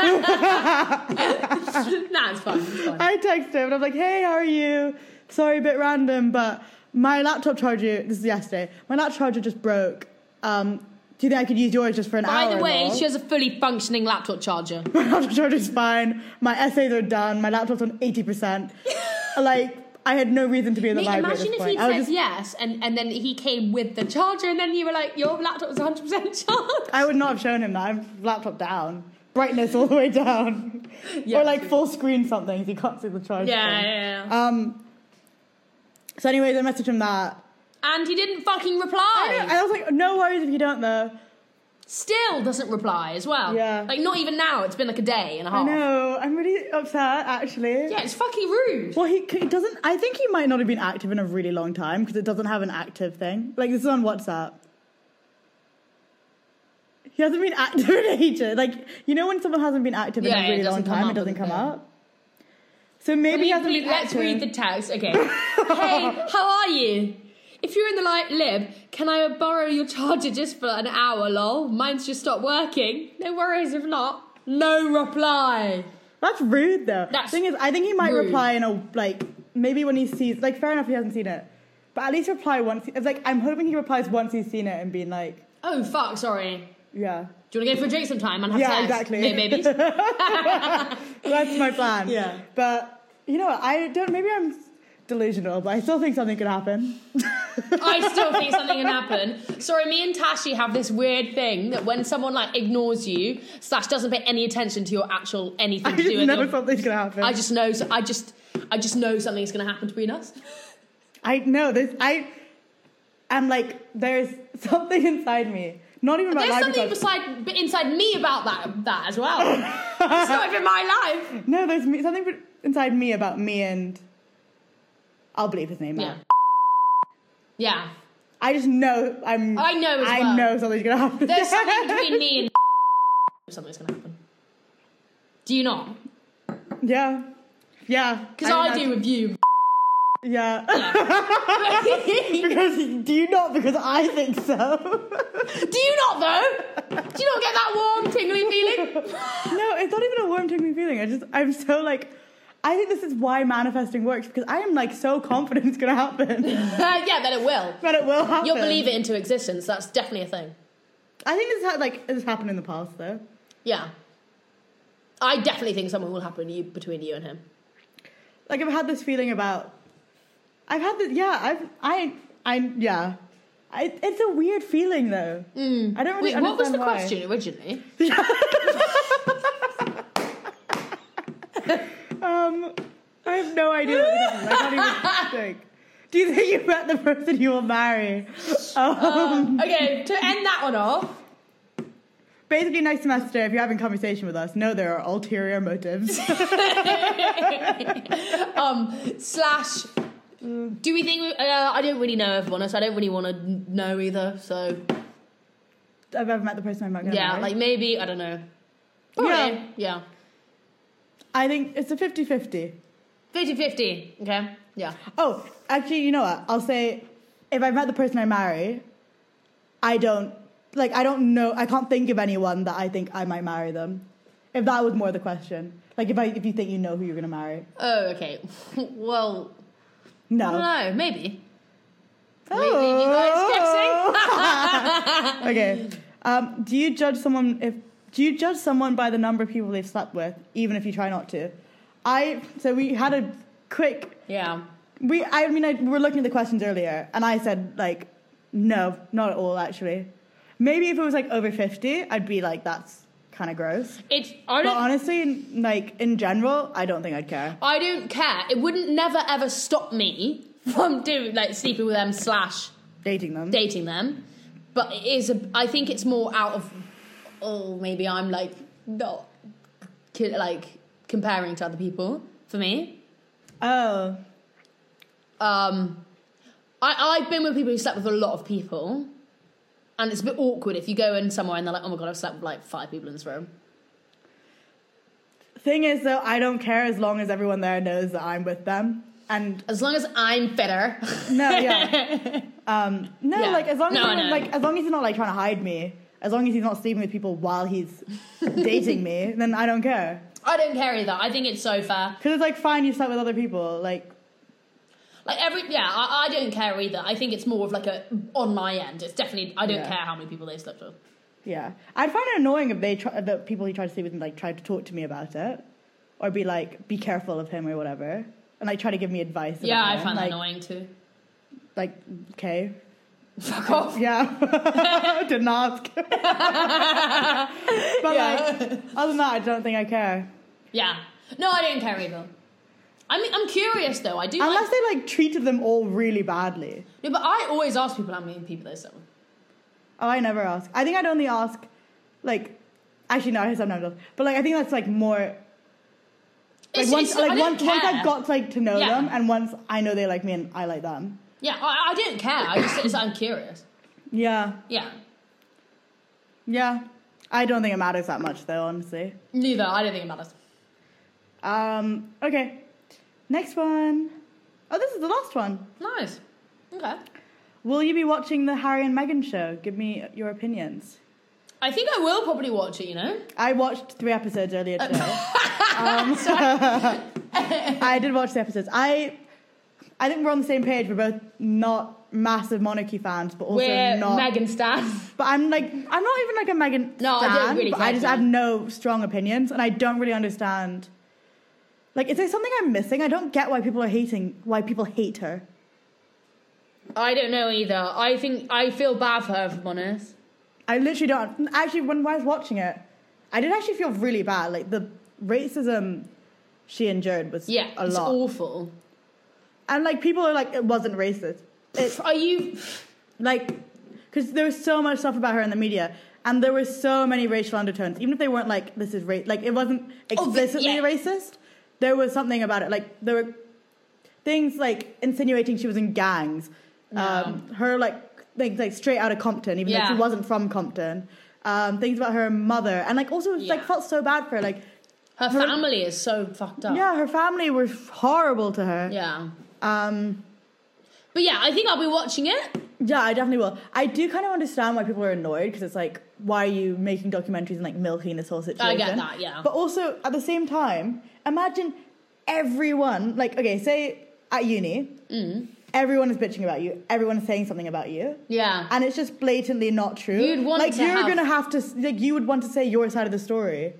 A: doesn't. Nah, it's fine. It's fine.
B: I text him and I'm like, hey, how are you? Sorry, a bit random, but my laptop charger, this is yesterday, my laptop charger just broke. Um, do you think I could use yours just for an hour?
A: By the
B: and
A: way,
B: all?
A: she has a fully functioning laptop charger.
B: my laptop charger's fine. My essays are done. My laptop's on 80%. like, I had no reason to be in the
A: Mate,
B: library. at
A: imagine
B: this
A: if
B: point.
A: he'd
B: I was
A: said
B: just
A: yes, and, and then he came with the charger, and then you were like, your laptop was 100% charged.
B: I would not have shown him that. I'm laptop down, brightness all the way down,
A: Yeah,
B: or like
A: true.
B: full screen something. so You can't see the charge.
A: Yeah,
B: thing.
A: yeah, yeah.
B: Um. So, anyways, I messaged him that.
A: and he didn't fucking
B: I,
A: reply.
B: I was like, no worries if you don't though.
A: Still doesn't reply as well.
B: Yeah.
A: Like, not even now. It's been like a day and a
B: I
A: half.
B: know. I'm really upset actually.
A: Yeah, it's fucking rude.
B: Well, he, he doesn't. I think he might not have been active in a really long time because it doesn't have an active thing. Like this is on WhatsApp. He hasn't been active in ages. Like you know when someone hasn't been active
A: Yeah,
B: in
A: yeah, it
B: a really long
A: doesn't come
B: time,
A: up
B: it doesn't
A: with
B: come
A: the thing.
B: up. So maybe he
A: Read-
B: hasn't
A: read-
B: been
A: let's
B: active.
A: read the text. Okay. hey, how are you? If you're in the light lib, can I borrow your charger just for an hour, lol? Mine's just stopped working. No worries if not. No reply.
B: That's rude though.
A: That's
B: thing is, I think he might
A: rude.
B: reply in a like maybe when he sees. Like fair enough, he hasn't seen it, but at least reply once. He, it's like I'm hoping he replies once he's seen it and being like,
A: Oh, fuck, sorry.
B: yeah,
A: Do you want to go for a drink sometime and have
B: Yeah,
A: sex?
B: exactly.
A: Hey, babies.
B: that's my plan.
A: Yeah.
B: But you know, what, I don't. Maybe I'm delusional, but I still think something could happen.
A: I still think something can happen. Sorry, me and Tashi have this weird thing that when someone like ignores you, slash doesn't pay any attention to your actual anything
B: I
A: to do
B: just
A: with
B: know
A: your-
B: something's gonna happen.
A: I just know. So I just, I just know something's going to happen between us.
B: I know this. I am like there's something inside me. Not even about
A: There's
B: life.
A: something
B: itself.
A: beside, inside me about that that as well. it's not even my life.
B: no, there's me, something be- inside me about me and. I'll believe his name
A: Yeah.
B: out.
A: Yeah.
B: I just know I'm.
A: I know as
B: I
A: well.
B: know something's gonna happen.
A: There's something between me and something's gonna happen. Do you not?
B: yeah, yeah.
A: Because I, do with you.
B: do. Yeah, because do you not? Because I think so.
A: do you not though? Do you not get that warm, tingly feeling? Uh,
B: no, it's not even a warm, tingling feeling. I just I'm so like. I think this is why manifesting works because I am like so confident it's gonna happen
A: Uh, yeah, then it will.
B: that it will happen.
A: You'll believe it into existence. That's definitely a thing.
B: I think this had like this happened in the past though.
A: Yeah. I definitely think something will happen to you between you and him.
B: Like I've had this feeling about. I've had this. Yeah, I've. I. I. Yeah. I, it's a weird feeling though. I don't really
A: Mm. Wait, what was
B: understand
A: the
B: why.
A: question originally?
B: Um, I have no idea what it is. I can't even think. Do you think you met the person you will marry? Um,
A: Okay, to end that one off.
B: basically, next semester, if you're having conversation with us, know there are ulterior motives.
A: um, slash. Do we think? Uh, I don't really know, if I'm honest. I don't really want to know either. So
B: I've ever met the person I'm not going to
A: yeah,
B: marry.
A: like maybe I don't know.
B: Yeah.
A: Probably, yeah,
B: I think it's a 50 50.
A: 50-50, Okay, yeah.
B: Oh, actually, you know what? I'll say if I've met the person I marry, I don't, like, I don't know, I can't think of anyone that I think I might marry them. If that was more the question. Like, if, I, if you think you know who you're going to marry.
A: Oh, okay. well, I don't
B: No.
A: know. Maybe. Maybe you guys guessing?
B: okay. Um, do you judge someone if do you judge someone by the number of people they've slept with, even if you try not to? I so we had a quick
A: yeah.
B: we I mean I, we were looking at the questions earlier, and I said like no, not at all actually. Maybe if it was like over fifty, I'd be like that's kind of gross.
A: It's I
B: But
A: don't.
B: honestly, in- like in general, I don't think I'd care.
A: I don't care. It wouldn't never ever stop me from doing like sleeping with them slash
B: Dating them.
A: dating them, but it is. A, I think it's more out of. Oh, maybe I'm like not ki- like comparing to other people for me.
B: oh,
A: Um, I I've been with people who slept with a lot of people, and it's a bit awkward if you go in somewhere and they're like, oh my god, I've slept with like five people in this room.
B: thing is though, I don't care as long as everyone there knows that I'm with them. and
A: As long as I'm fitter.
B: no, yeah, um, no,
A: Yeah.
B: like as long
A: No,
B: as I'm,
A: I know.
B: like as long as he's not like trying to hide me, as long as he's not sleeping with people while he's dating me, then I don't care.
A: I don't care either. I think it's so fair.
B: Because it's like fine, you slept with other people, like
A: Like every yeah, I, I don't care either. I think it's more of like a on my end. It's definitely I don't
B: Yeah.
A: care how many people they slept with.
B: yeah. I'd find it annoying if they try, the people he tried to sleep with like tried to talk to me about it, or be like, be careful of him or whatever, and like try to give me advice. About
A: yeah, I
B: him.
A: find
B: like,
A: that annoying too.
B: Like okay,
A: Fuck off.
B: yeah, didn't ask. but like other than that, I don't think I care.
A: Yeah. No, I don't care either. I mean, I'm curious though. I do. like,
B: Unless they like treated them all really badly.
A: No, but I always ask people how many people they slept with.
B: Oh, I never ask. I think I'd only ask, like, actually no, I sometimes ask, but like I think that's like more like
A: It's-
B: once
A: it's- I
B: like
A: don't
B: once, once
A: care.
B: I've got like to know
A: Yeah.
B: them and once I know they like me and I like them.
A: Yeah, I, I don't care. I just it's, I'm curious.
B: Yeah,
A: Yeah.
B: yeah. I don't think it matters that much though, honestly.
A: Neither. I don't think it matters.
B: Um, okay. Next one. Oh, this is the last one.
A: Nice. Okay.
B: Will you be watching the Harry and Meghan show? Give me your opinions.
A: I think I will probably watch it. You know.
B: I watched three episodes earlier today. um, I did watch the episodes. I I think we're on the same page. We're both not massive monarchy fans, but also
A: We're
B: not.
A: Megan Stan.
B: But I'm like I'm not even like a Meghan
A: No, I
B: fan.
A: don't really
B: but
A: care
B: I just
A: for
B: have
A: them.
B: no strong opinions, and I don't really understand. Like, is there something I'm missing? I don't get why people are hating. Why people hate her?
A: I don't know either. I think I feel bad for her, if I'm honest.
B: I literally don't. Actually, when I was watching it, I did actually feel really bad. Like the racism she endured was
A: Yeah,
B: a
A: it's
B: lot.
A: awful.
B: And like people are like, it wasn't racist. It
A: Are you?
B: like because there was so much stuff about her in the media, and there were so many racial undertones. Even if they weren't like, this is race, like it wasn't
A: Oh, the-
B: explicitly
A: yeah.
B: racist. There was something about it. Like there were things like insinuating she was in gangs. Um, her like things like straight out of Compton, even though
A: Yeah.
B: she wasn't from Compton. Um, things about her mother, and like also it was, like
A: Yeah.
B: felt so bad for her. Like
A: Her family is so fucked up.
B: yeah, her family were horrible to her.
A: Oh. Yeah.
B: Um,
A: But yeah, I think I'll be watching it.
B: Yeah, I definitely will. I do kind of understand why people are annoyed because it's like, why are you making documentaries and like milking this whole situation?
A: I get that, yeah.
B: But also at the same time, imagine everyone like, okay, say at uni,
A: Mm.
B: everyone is bitching about you, everyone is saying something about you,
A: Yeah.
B: and it's just blatantly not true.
A: You'd want
B: like
A: to
B: you're
A: have-
B: gonna have to like you would want to say your side of the story,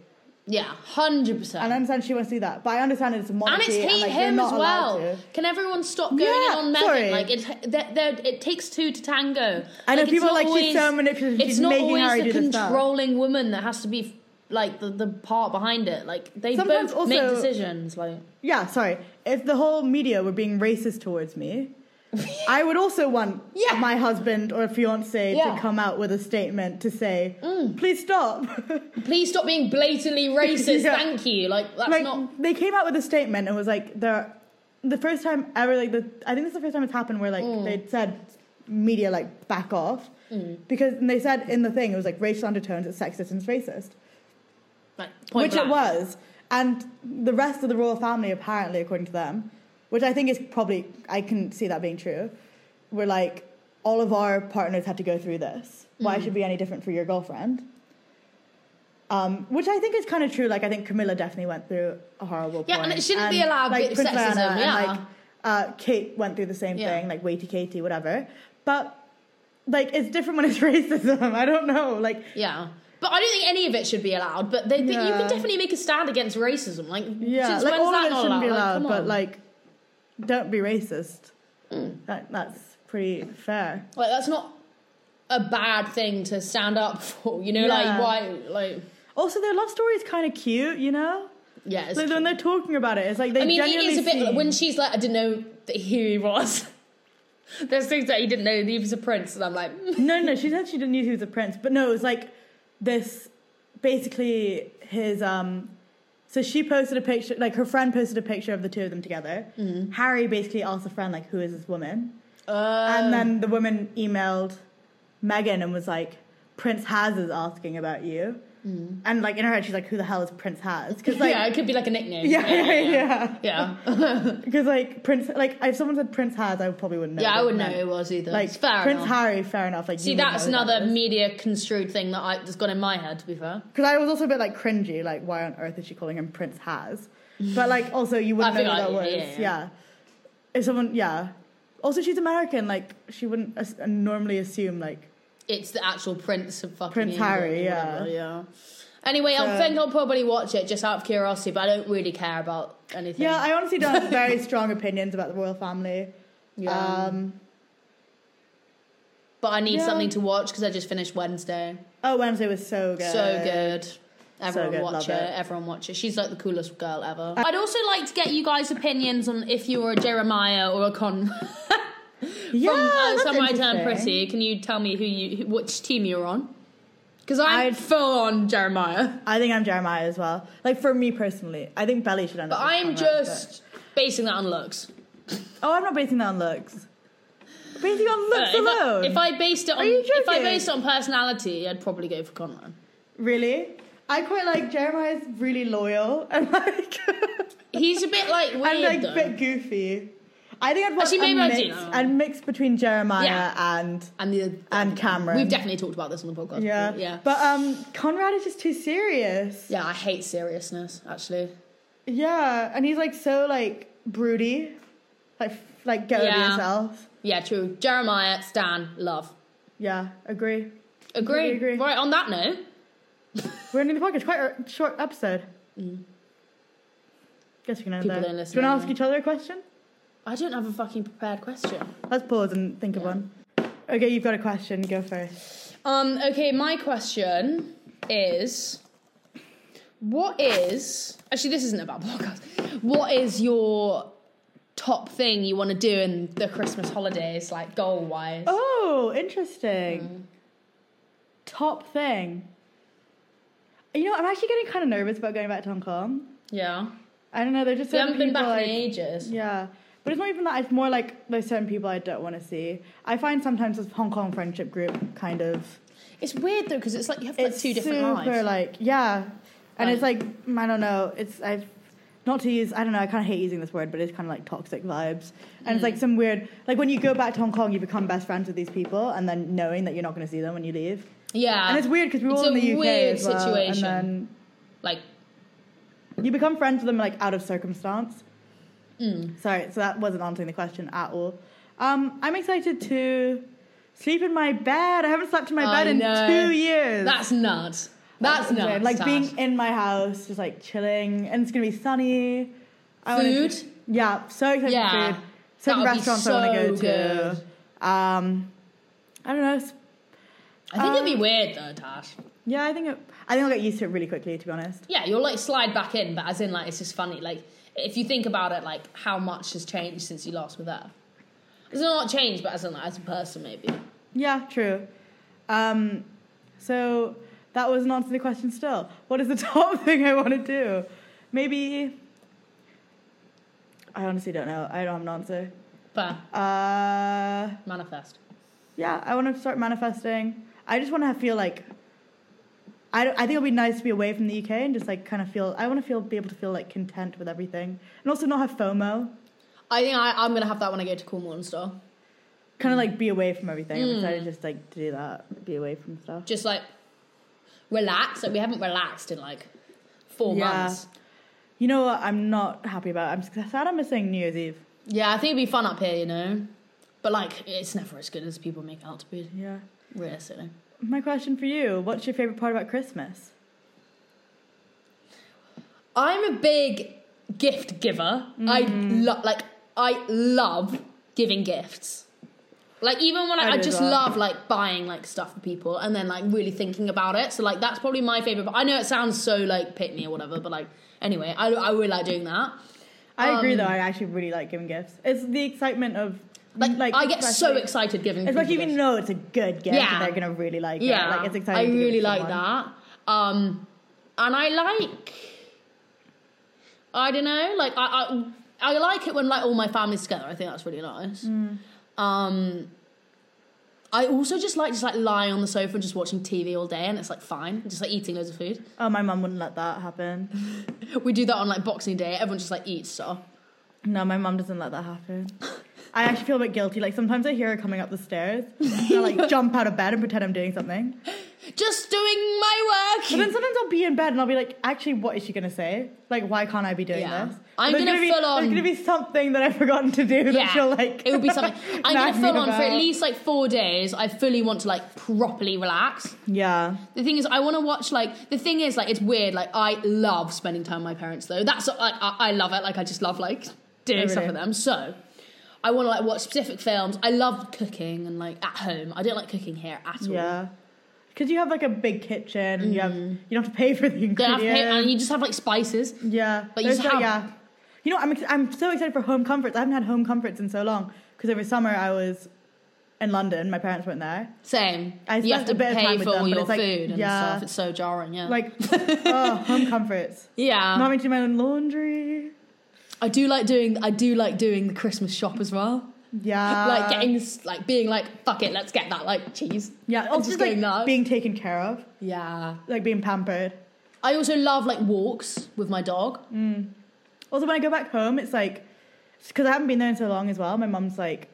A: Yeah, hundred
B: and I
A: percent.
B: understand she wants to do that, but I understand it's a
A: And it's
B: monarchy
A: he
B: and like, you're
A: him as
B: not allowed
A: well.
B: to.
A: Can everyone stop going
B: Yeah,
A: in on Megan?
B: sorry.
A: Like it, there, there, it takes two to tango.
B: I know
A: Like, it's
B: people are
A: not
B: like she's so
A: always-
B: manipulative.
A: It's
B: she's
A: not
B: making Harry
A: always the
B: do this stuff.
A: controlling woman that has to be like the, the part behind it. Like they
B: Sometimes
A: both make
B: also-
A: decisions. Like
B: Yeah, sorry. If the whole media were being racist towards me, I would also want
A: Yeah.
B: my husband or fiance
A: Yeah. Mm.
B: to come out with a statement to say, "Please stop."
A: please stop being blatantly racist.
B: Yeah.
A: Thank you. Like that's
B: like
A: not.
B: they came out with a statement and was like, "The the first time ever, like the I think this is the first time it's happened where like
A: Mm.
B: they said media like back off because and they said in the thing it was like racial undertones, it's sexist and it's racist,
A: Like, point
B: which
A: blank.
B: it was, and the rest of the royal family apparently, according to them, which I think is probably I can see that being true, were like all of our partners had to go through this.
A: Mm.
B: Why should be any different for your girlfriend? Um, which I think is kind of true. Like I think Camilla definitely went through a horrible.
A: Yeah, and
B: point.
A: it shouldn't be allowed bit of sexism, yeah.
B: and like uh, Kate went through the same
A: Yeah.
B: thing, like weighty Katie, whatever. But like it's different when it's racism. I don't know. Like
A: Yeah. But I don't think any of it should be allowed. But they, they- you
B: Yeah.
A: can definitely make a stand against racism. Like,
B: Yeah,
A: since
B: like
A: when's
B: all
A: that
B: of it
A: not
B: shouldn't be allowed,
A: come
B: but
A: on. Mm.
B: like, don't be racist. That, that's pretty fair.
A: Like, that's not a bad thing to stand up for. You know,
B: Yeah.
A: like why, like
B: Also, their love story is kind of cute, you know.
A: yeah. It's,
B: Like when they're talking about it, it's like they
A: I mean, it
B: genuinely
A: is a bit
B: seem-
A: when she's like, I didn't know that who he was. There's things that he didn't know. that He was a prince, and I'm like, "Mm."
B: no, no, she said she didn't knew he was a prince, but no, it was like this. Basically, his um. So she posted a picture, like her friend posted a picture of the two of them together.
A: Mm.
B: Harry basically asked the friend, like, "Who is this woman?"
A: Um,
B: And then the woman emailed Megan and was like, Prince Haz is asking about you.
A: Mm.
B: And like in her head, she's like, "Who the hell is Prince Has?" Because like,
A: yeah, it could be like a nickname.
B: yeah, yeah, yeah.
A: yeah.
B: Because like Prince, like if someone said Prince Has, I probably wouldn't know.
A: Yeah, I
B: what it
A: wouldn't know
B: meant.
A: who it was either.
B: Like
A: it's fair
B: Prince
A: enough.
B: Harry, fair enough. Like
A: See, that's another media construed thing that I, that's gone in my head. To be fair,
B: Because I was also a bit like cringy, like why on earth is she calling him Prince Has? But like also you wouldn't
A: I
B: know who that
A: think I- yeah,
B: was. Yeah,
A: yeah.
B: If someone, yeah. Also, she's American. Like she wouldn't as- normally assume like
A: it's the actual Prince of fucking
B: Prince
A: England
B: Harry,
A: or
B: yeah.
A: whatever, yeah. Anyway, I
B: So-
A: think I'll probably watch it just out of curiosity, but I don't really care about anything.
B: Yeah, I honestly don't have very strong opinions about the royal family.
A: Yeah.
B: Um,
A: but I need
B: yeah.
A: something to watch because I just finished Wednesday.
B: oh, Wednesday was so good.
A: So good. Everyone
B: good,
A: watch
B: love
A: it.
B: it. Uh,
A: Everyone watch it. She's like the coolest girl ever. I'd also like to get you guys' opinions on if you were a Jeremiah or a Con.
B: Yeah,
A: from uh,
B: that's
A: Somewhere I Turned
B: interesting.
A: Pretty. Can you tell me who you, who- which team you're on? Because I'm
B: I'd-
A: full on Jeremiah,
B: I think I'm Jeremiah as well. Like for me personally, I think Belly should end
A: but
B: up. with
A: I'm
B: Jeremiah,
A: just basing that on looks.
B: but- Oh, I'm not basing that on looks. I'm basing it on
A: Uh,
B: looks
A: if, I,
B: alone.
A: if I based it on,
B: you
A: if I
B: joking?
A: based it on personality, I'd probably go for Conran.
B: Really, I quite like Jeremiah's really loyal and like
A: He's a bit like weird
B: and like
A: though.
B: bit goofy. I think I'd watch
A: Actually, maybe
B: a
A: I do
B: mix,
A: know.
B: a mix between Jeremiah
A: Yeah.
B: and
A: and the
B: and Cameron.
A: we've definitely talked about this on the podcast.
B: yeah,
A: before, yeah.
B: But um, Conrad is just too serious.
A: Yeah, I hate seriousness, actually.
B: Yeah, and he's like so like broody, like f- like get over
A: Yeah.
B: yourself.
A: Yeah, true. Jeremiah, Stan, love.
B: Yeah, agree.
A: Agree.
B: Agree, agree.
A: Right, on that note,
B: We're ending the podcast. Quite a short episode. Guess we can end
A: Mm. People
B: there.
A: don't listen
B: Do you want to
A: anyway.
B: ask each other a question?
A: I don't have a fucking prepared question.
B: Let's pause and think of one. Okay, you've got a question. Go first.
A: Um, okay, my question is what is actually this isn't about podcast. What is your top thing you want to do in the Christmas holidays, like goal wise?
B: Oh, interesting.
A: Mm.
B: Top thing. You know, I'm actually getting kind of nervous about going back to Hong Kong.
A: Yeah.
B: I don't know. They're just
A: We
B: certain
A: haven't been
B: people,
A: back
B: like,
A: in ages.
B: Yeah. But it's not even that. It's more like there's certain people I don't want to see. I find sometimes this Hong Kong friendship group kind of.
A: It's weird though, because it's like you have like
B: it's
A: two different
B: super,
A: lives.
B: like yeah, and it's
A: Right.
B: like I don't know. It's I've not to use. I don't know. I kind of hate using this word, but it's kind of like toxic vibes. And it's like
A: Mm.
B: some weird. Like when you go back to Hong Kong, you become best friends with these people, and then knowing that you're not going to see them when you leave.
A: yeah.
B: and it's weird because we were
A: Uh, It's
B: all in
A: a
B: the UK
A: weird
B: as well,
A: situation.
B: and
A: like
B: then you become friends with them like out of circumstance.
A: Mm.
B: Sorry, so that wasn't answering the question at all. Um, I'm excited to sleep in my bed. I haven't slept in my
A: I
B: bed in
A: know.
B: two years.
A: That's nuts. That's
B: That's
A: nuts.
B: insane. Like
A: Tash.
B: being in my house, just like chilling, and it's gonna be sunny. I wanna-
A: food.
B: yeah, so excited
A: Yeah.
B: for food.
A: That
B: Certain
A: would be
B: restaurants I want to go
A: so
B: to. Um, I don't know. s-
A: I think it'd be weird though, Tash.
B: Yeah, I think it, I think I'll get used to it really quickly. To be honest.
A: Yeah, you'll like slide back in, but as in like it's just funny. Like if you think about it, like how much has changed since you last were there. It's not a lot changed, but as in like as a person maybe.
B: Yeah, true. Um, so that was an answer to the question. Still, what is the top thing I want to do? Maybe. I honestly don't know. I don't have an answer.
A: But
B: Uh.
A: manifest.
B: Yeah, I want to start manifesting. I just want to feel like. I, don't- I think it'll be nice to be away from the UK and just like kind of feel. I want to feel be able to feel like content with everything, and also not have FOMO.
A: I think I, I'm gonna have that when I go to Cornwall and stuff.
B: Kind of like be away from everything. I'm excited just like to do that, be away from stuff.
A: Just like relax. Like we haven't relaxed in like four
B: Yeah.
A: months.
B: You know what? I'm not happy about. I'm sad. I'm missing New Year's Eve.
A: Yeah, I think it'd be fun up here, you know. But like it's never as good as people make out to be.
B: Yeah.
A: Realistically.
B: My question for you: What's your favorite part about Christmas?
A: I'm a big gift giver. I
B: Mm.
A: love like I love giving gifts. Like even when I,
B: I
A: I
B: do
A: just
B: that.
A: love like buying like stuff for people and then like really thinking about it. So like that's probably my favorite. But I know it sounds so like pick me or whatever, but like anyway, I I really like doing that.
B: I agree,
A: Um,
B: though. I actually really like giving gifts. It's the excitement of
A: Like, I get so
B: especially-
A: excited giving.
B: It's like
A: people
B: you
A: gifts.
B: know it's a good gift.
A: Yeah.
B: Yeah. They're gonna really like it.
A: yeah,
B: Like it's exciting.
A: I
B: to give it
A: really
B: to
A: like
B: someone.
A: that. Um, and I like, I don't know, like I, I, I
B: Mm.
A: like it when like all my family's together. I think that's really nice. Um, I also just like just like lying on the sofa and just watching TV all day, and it's like fine, just like eating loads of food.
B: Oh, my mum wouldn't let that happen.
A: We do that on like Boxing Day. Everyone just like eats so.
B: No, my mum doesn't let that happen. I actually feel a bit guilty. Like sometimes I hear her coming up the stairs. And I like jump out of bed and pretend I'm doing something.
A: Just doing my
B: But
A: work.
B: then sometimes I'll be in bed and I'll be like, actually, what is she gonna say? Like, why can't I be doing
A: Yeah.
B: this?
A: I'm
B: There's
A: gonna
B: be,
A: full on-
B: There's gonna be something that I've forgotten to do that she'll like.
A: it would be something. I'm gonna
B: nag me
A: full on for at
B: about.
A: least like four days. I fully want to like properly relax.
B: Yeah.
A: The thing is, I want to watch like the thing is like it's weird. Like I love spending time with my parents though. That's like I, I love it. Like I just love like doing
B: Oh,
A: stuff
B: really?
A: with them. So I want to like watch specific films. I love cooking and like at home. I don't like cooking here at all.
B: Yeah. Because you have like a big kitchen and you have you don't have to pay for the
A: Mm. You don't have
B: ingredients.
A: to pay- and you just have like spices.
B: yeah.
A: But you
B: There's
A: just
B: no-
A: have-
B: yeah. You know, I'm ex- I'm so excited for home comforts. I haven't had home comforts in so long because over summer I was in London. My parents weren't there.
A: Same.
B: I
A: you have to
B: spent a bit of
A: pay
B: time with
A: for
B: them,
A: all
B: but
A: your
B: it's like-
A: food and
B: yeah.
A: stuff. It's so jarring. Yeah.
B: Like, oh, home comforts.
A: yeah.
B: Not having to do my own laundry.
A: I do like doing. I do like doing the Christmas shop as well.
B: Yeah.
A: like getting s- like being like fuck it, let's get that like cheese.
B: Yeah,
A: and
B: also
A: just
B: just
A: going
B: like
A: nuts.
B: being taken care of,
A: Yeah.
B: like being pampered.
A: I also love like walks with my dog.
B: Also, when I go back home, it's like because I haven't been there in so long as well. My mum's like,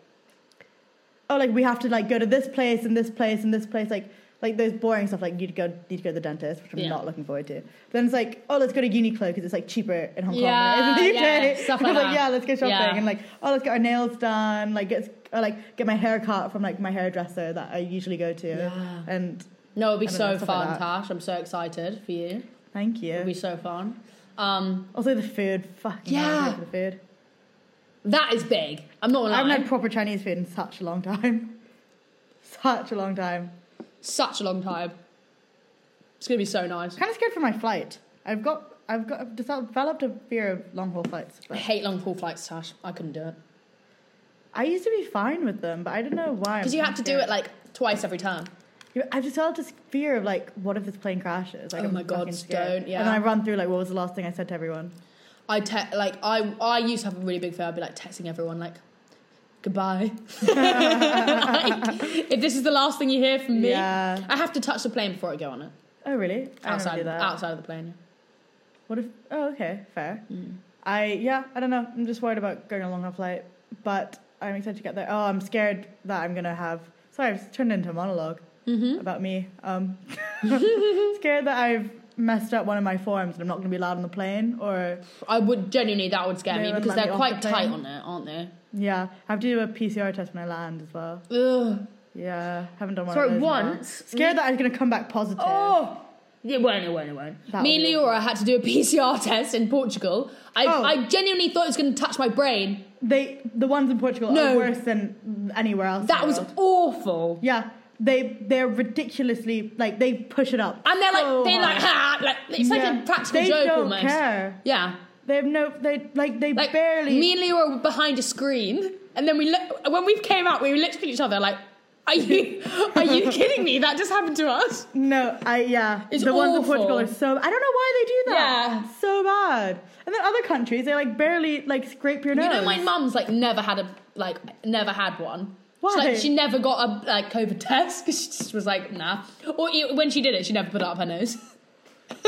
B: oh, like we have to like go to this place and this place and this place, like like those boring stuff. Like you'd go need to go to the dentist, which I'm
A: Yeah.
B: not looking forward to. Then it's like, oh, let's go to Uniqlo because it's like cheaper in Hong Kong.
A: Yeah,
B: than it is in the
A: yeah,
B: UK.
A: stuff
B: And I'm
A: like
B: like
A: that.
B: yeah, let's go shopping
A: Yeah.
B: and like oh, let's get our nails done, like get or, like get my hair cut from like my hairdresser that I usually go to,
A: Yeah.
B: and.
A: No, it'll be
B: I don't
A: so
B: know, stuff like
A: fun,
B: that.
A: Tash. I'm so excited for you.
B: Thank you.
A: It'll be so fun. Um,
B: Also, the food. Fucking hell, I'm
A: Yeah.
B: here for the food.
A: that is big. I'm not
B: I
A: gonna
B: haven't
A: lie.
B: had proper Chinese food in such a long time. Such a long time.
A: Such a long time. It's gonna be so nice.
B: Kind of scared for my flight. I've got, I've got, I've developed a fear of long haul flights.
A: I
B: But
A: hate long haul flights, Tash. I couldn't do it
B: I used to be fine with them, but I don't know why. I'm
A: because you
B: kinda
A: have to do it
B: scared.
A: like twice every time.
B: You- I've just developed this fear of like, what if this plane crashes? Like,
A: Oh
B: I'm
A: my God,
B: fucking scared.
A: don't, yeah.
B: And then I run through like, what was the last thing I said to everyone?
A: I te- like I I used to have a really big fear. I'd be like texting everyone like goodbye. Like, if this is the last thing you hear from me,
B: Yeah.
A: I have to touch the plane before I go on it.
B: Oh really? I don't
A: Outside
B: do that.
A: outside of the plane.
B: What if? Oh, okay, fair.
A: Hmm.
B: I yeah, I don't know. I'm just worried about going on a long enough flight, but I'm excited to get there. Oh, I'm scared that I'm gonna have. Sorry, I've turned into a monologue
A: Mm-hmm.
B: about me. Um, scared that I've messed up one of my forms and I'm not gonna be allowed on the plane, or
A: I would genuinely that would scare
B: They
A: me
B: wouldn't
A: because
B: let me
A: they're
B: off
A: quite
B: the
A: tight
B: plane.
A: on it, aren't they?
B: yeah, I have to do a PCR test when I land as well.
A: Ugh.
B: Yeah, haven't done one.
A: Sorry,
B: of those in a while.
A: once-
B: Scared that I'm gonna come back positive.
A: Oh. It won't, it won't, it won't.
B: That
A: me
B: would
A: and
B: be
A: Leora had to do a PCR test in Portugal. I,
B: Oh.
A: I genuinely thought it was going to touch my brain.
B: They the ones in Portugal
A: No.
B: are worse than anywhere else. in
A: That
B: the
A: was
B: world.
A: awful.
B: Yeah, they they're ridiculously like they push it up.
A: And they're like,
B: so
A: they're like,
B: hard.
A: ha, like it's like
B: Oh Yeah.
A: a practical
B: they
A: joke
B: don't
A: almost.
B: Care.
A: Yeah.
B: They have no, they like they
A: Like
B: barely.
A: me and Leora were behind a screen, and then we look when we came out, we looked at each other like, "Are you are you kidding me? That just happened to us."
B: no, I yeah.
A: It's
B: the ones in
A: awful.
B: Portugal are so. I don't know why they do that.
A: Yeah.
B: It's so bad. And then other countries, they like barely like scrape your nose.
A: You know, my mum's like never had a like never had one.
B: Why?
A: She, like, she never got a like COVID test because she just was like, "Nah." Or e- when she did it, she never put it up her nose.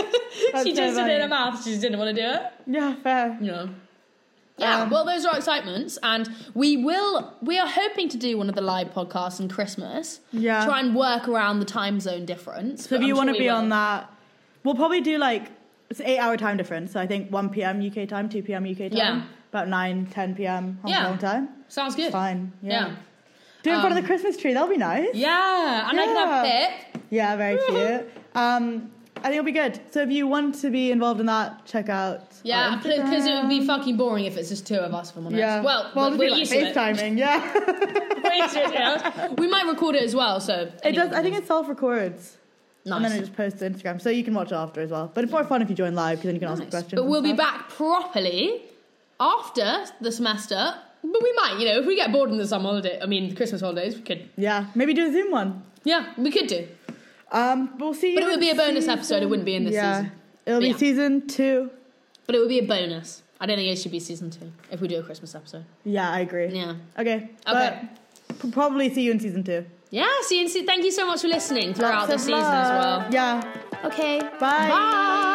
B: That's
A: she
B: so
A: just did it in
B: funny.
A: her mouth. She just didn't want to do it.
B: Yeah, fair.
A: Yeah. Yeah,
B: Um,
A: well, those are our excitements, and we will. We are hoping to do one of the live podcasts in Christmas.
B: Yeah.
A: try and work around the time zone difference.
B: So if you want to be on that, we'll probably do like it's eight hour time difference. So I think one p.m. UK time, two p.m. UK time,
A: Yeah.
B: about 9, 10 p.m. Hong
A: Yeah.
B: Kong time.
A: sounds good.
B: Fine.
A: Yeah,
B: Do it in front of
A: Um,
B: the Christmas tree. That'll be nice.
A: yeah, and I can have Pip.
B: Yeah, very cute. Um, I think it'll be good. So if you want to be involved in that, check out. our
A: Yeah, because it would
B: Instagram.
A: be fucking boring if it's just two of us. If I'm honest.
B: yeah.
A: Well,
B: well,
A: we're,
B: it'll
A: we're
B: be like
A: used to it.
B: FaceTiming. Yeah,
A: We're used to it. yeah. We might record it as well. So
B: it does. I think it self-records
A: nice.
B: and then it just posts to Instagram, so you can watch it after as well. But it's more fun if you join live because then you can ask
A: Nice.
B: questions.
A: But
B: and
A: we'll be
B: stuff.
A: back properly after the semester. But we might, you know, if we get bored in the summer holiday, I mean, the Christmas holidays, we could.
B: Yeah, maybe do a Zoom one.
A: Yeah, we could do.
B: Um, but we'll see.
A: But
B: you
A: it would
B: in
A: be a bonus
B: season-
A: episode. It wouldn't be in this
B: yeah,
A: season.
B: it'll be
A: Yeah.
B: season two.
A: But it would be a bonus. I don't think it should be season two if we do a Christmas episode.
B: Yeah, I agree.
A: Yeah.
B: Okay.
A: Okay.
B: But p- probably see you in season two.
A: Yeah, see, and see, thank you so much for listening throughout the
B: Lots of
A: season
B: love.
A: as
B: Yeah.
A: well. Okay.
B: Bye.
A: Bye.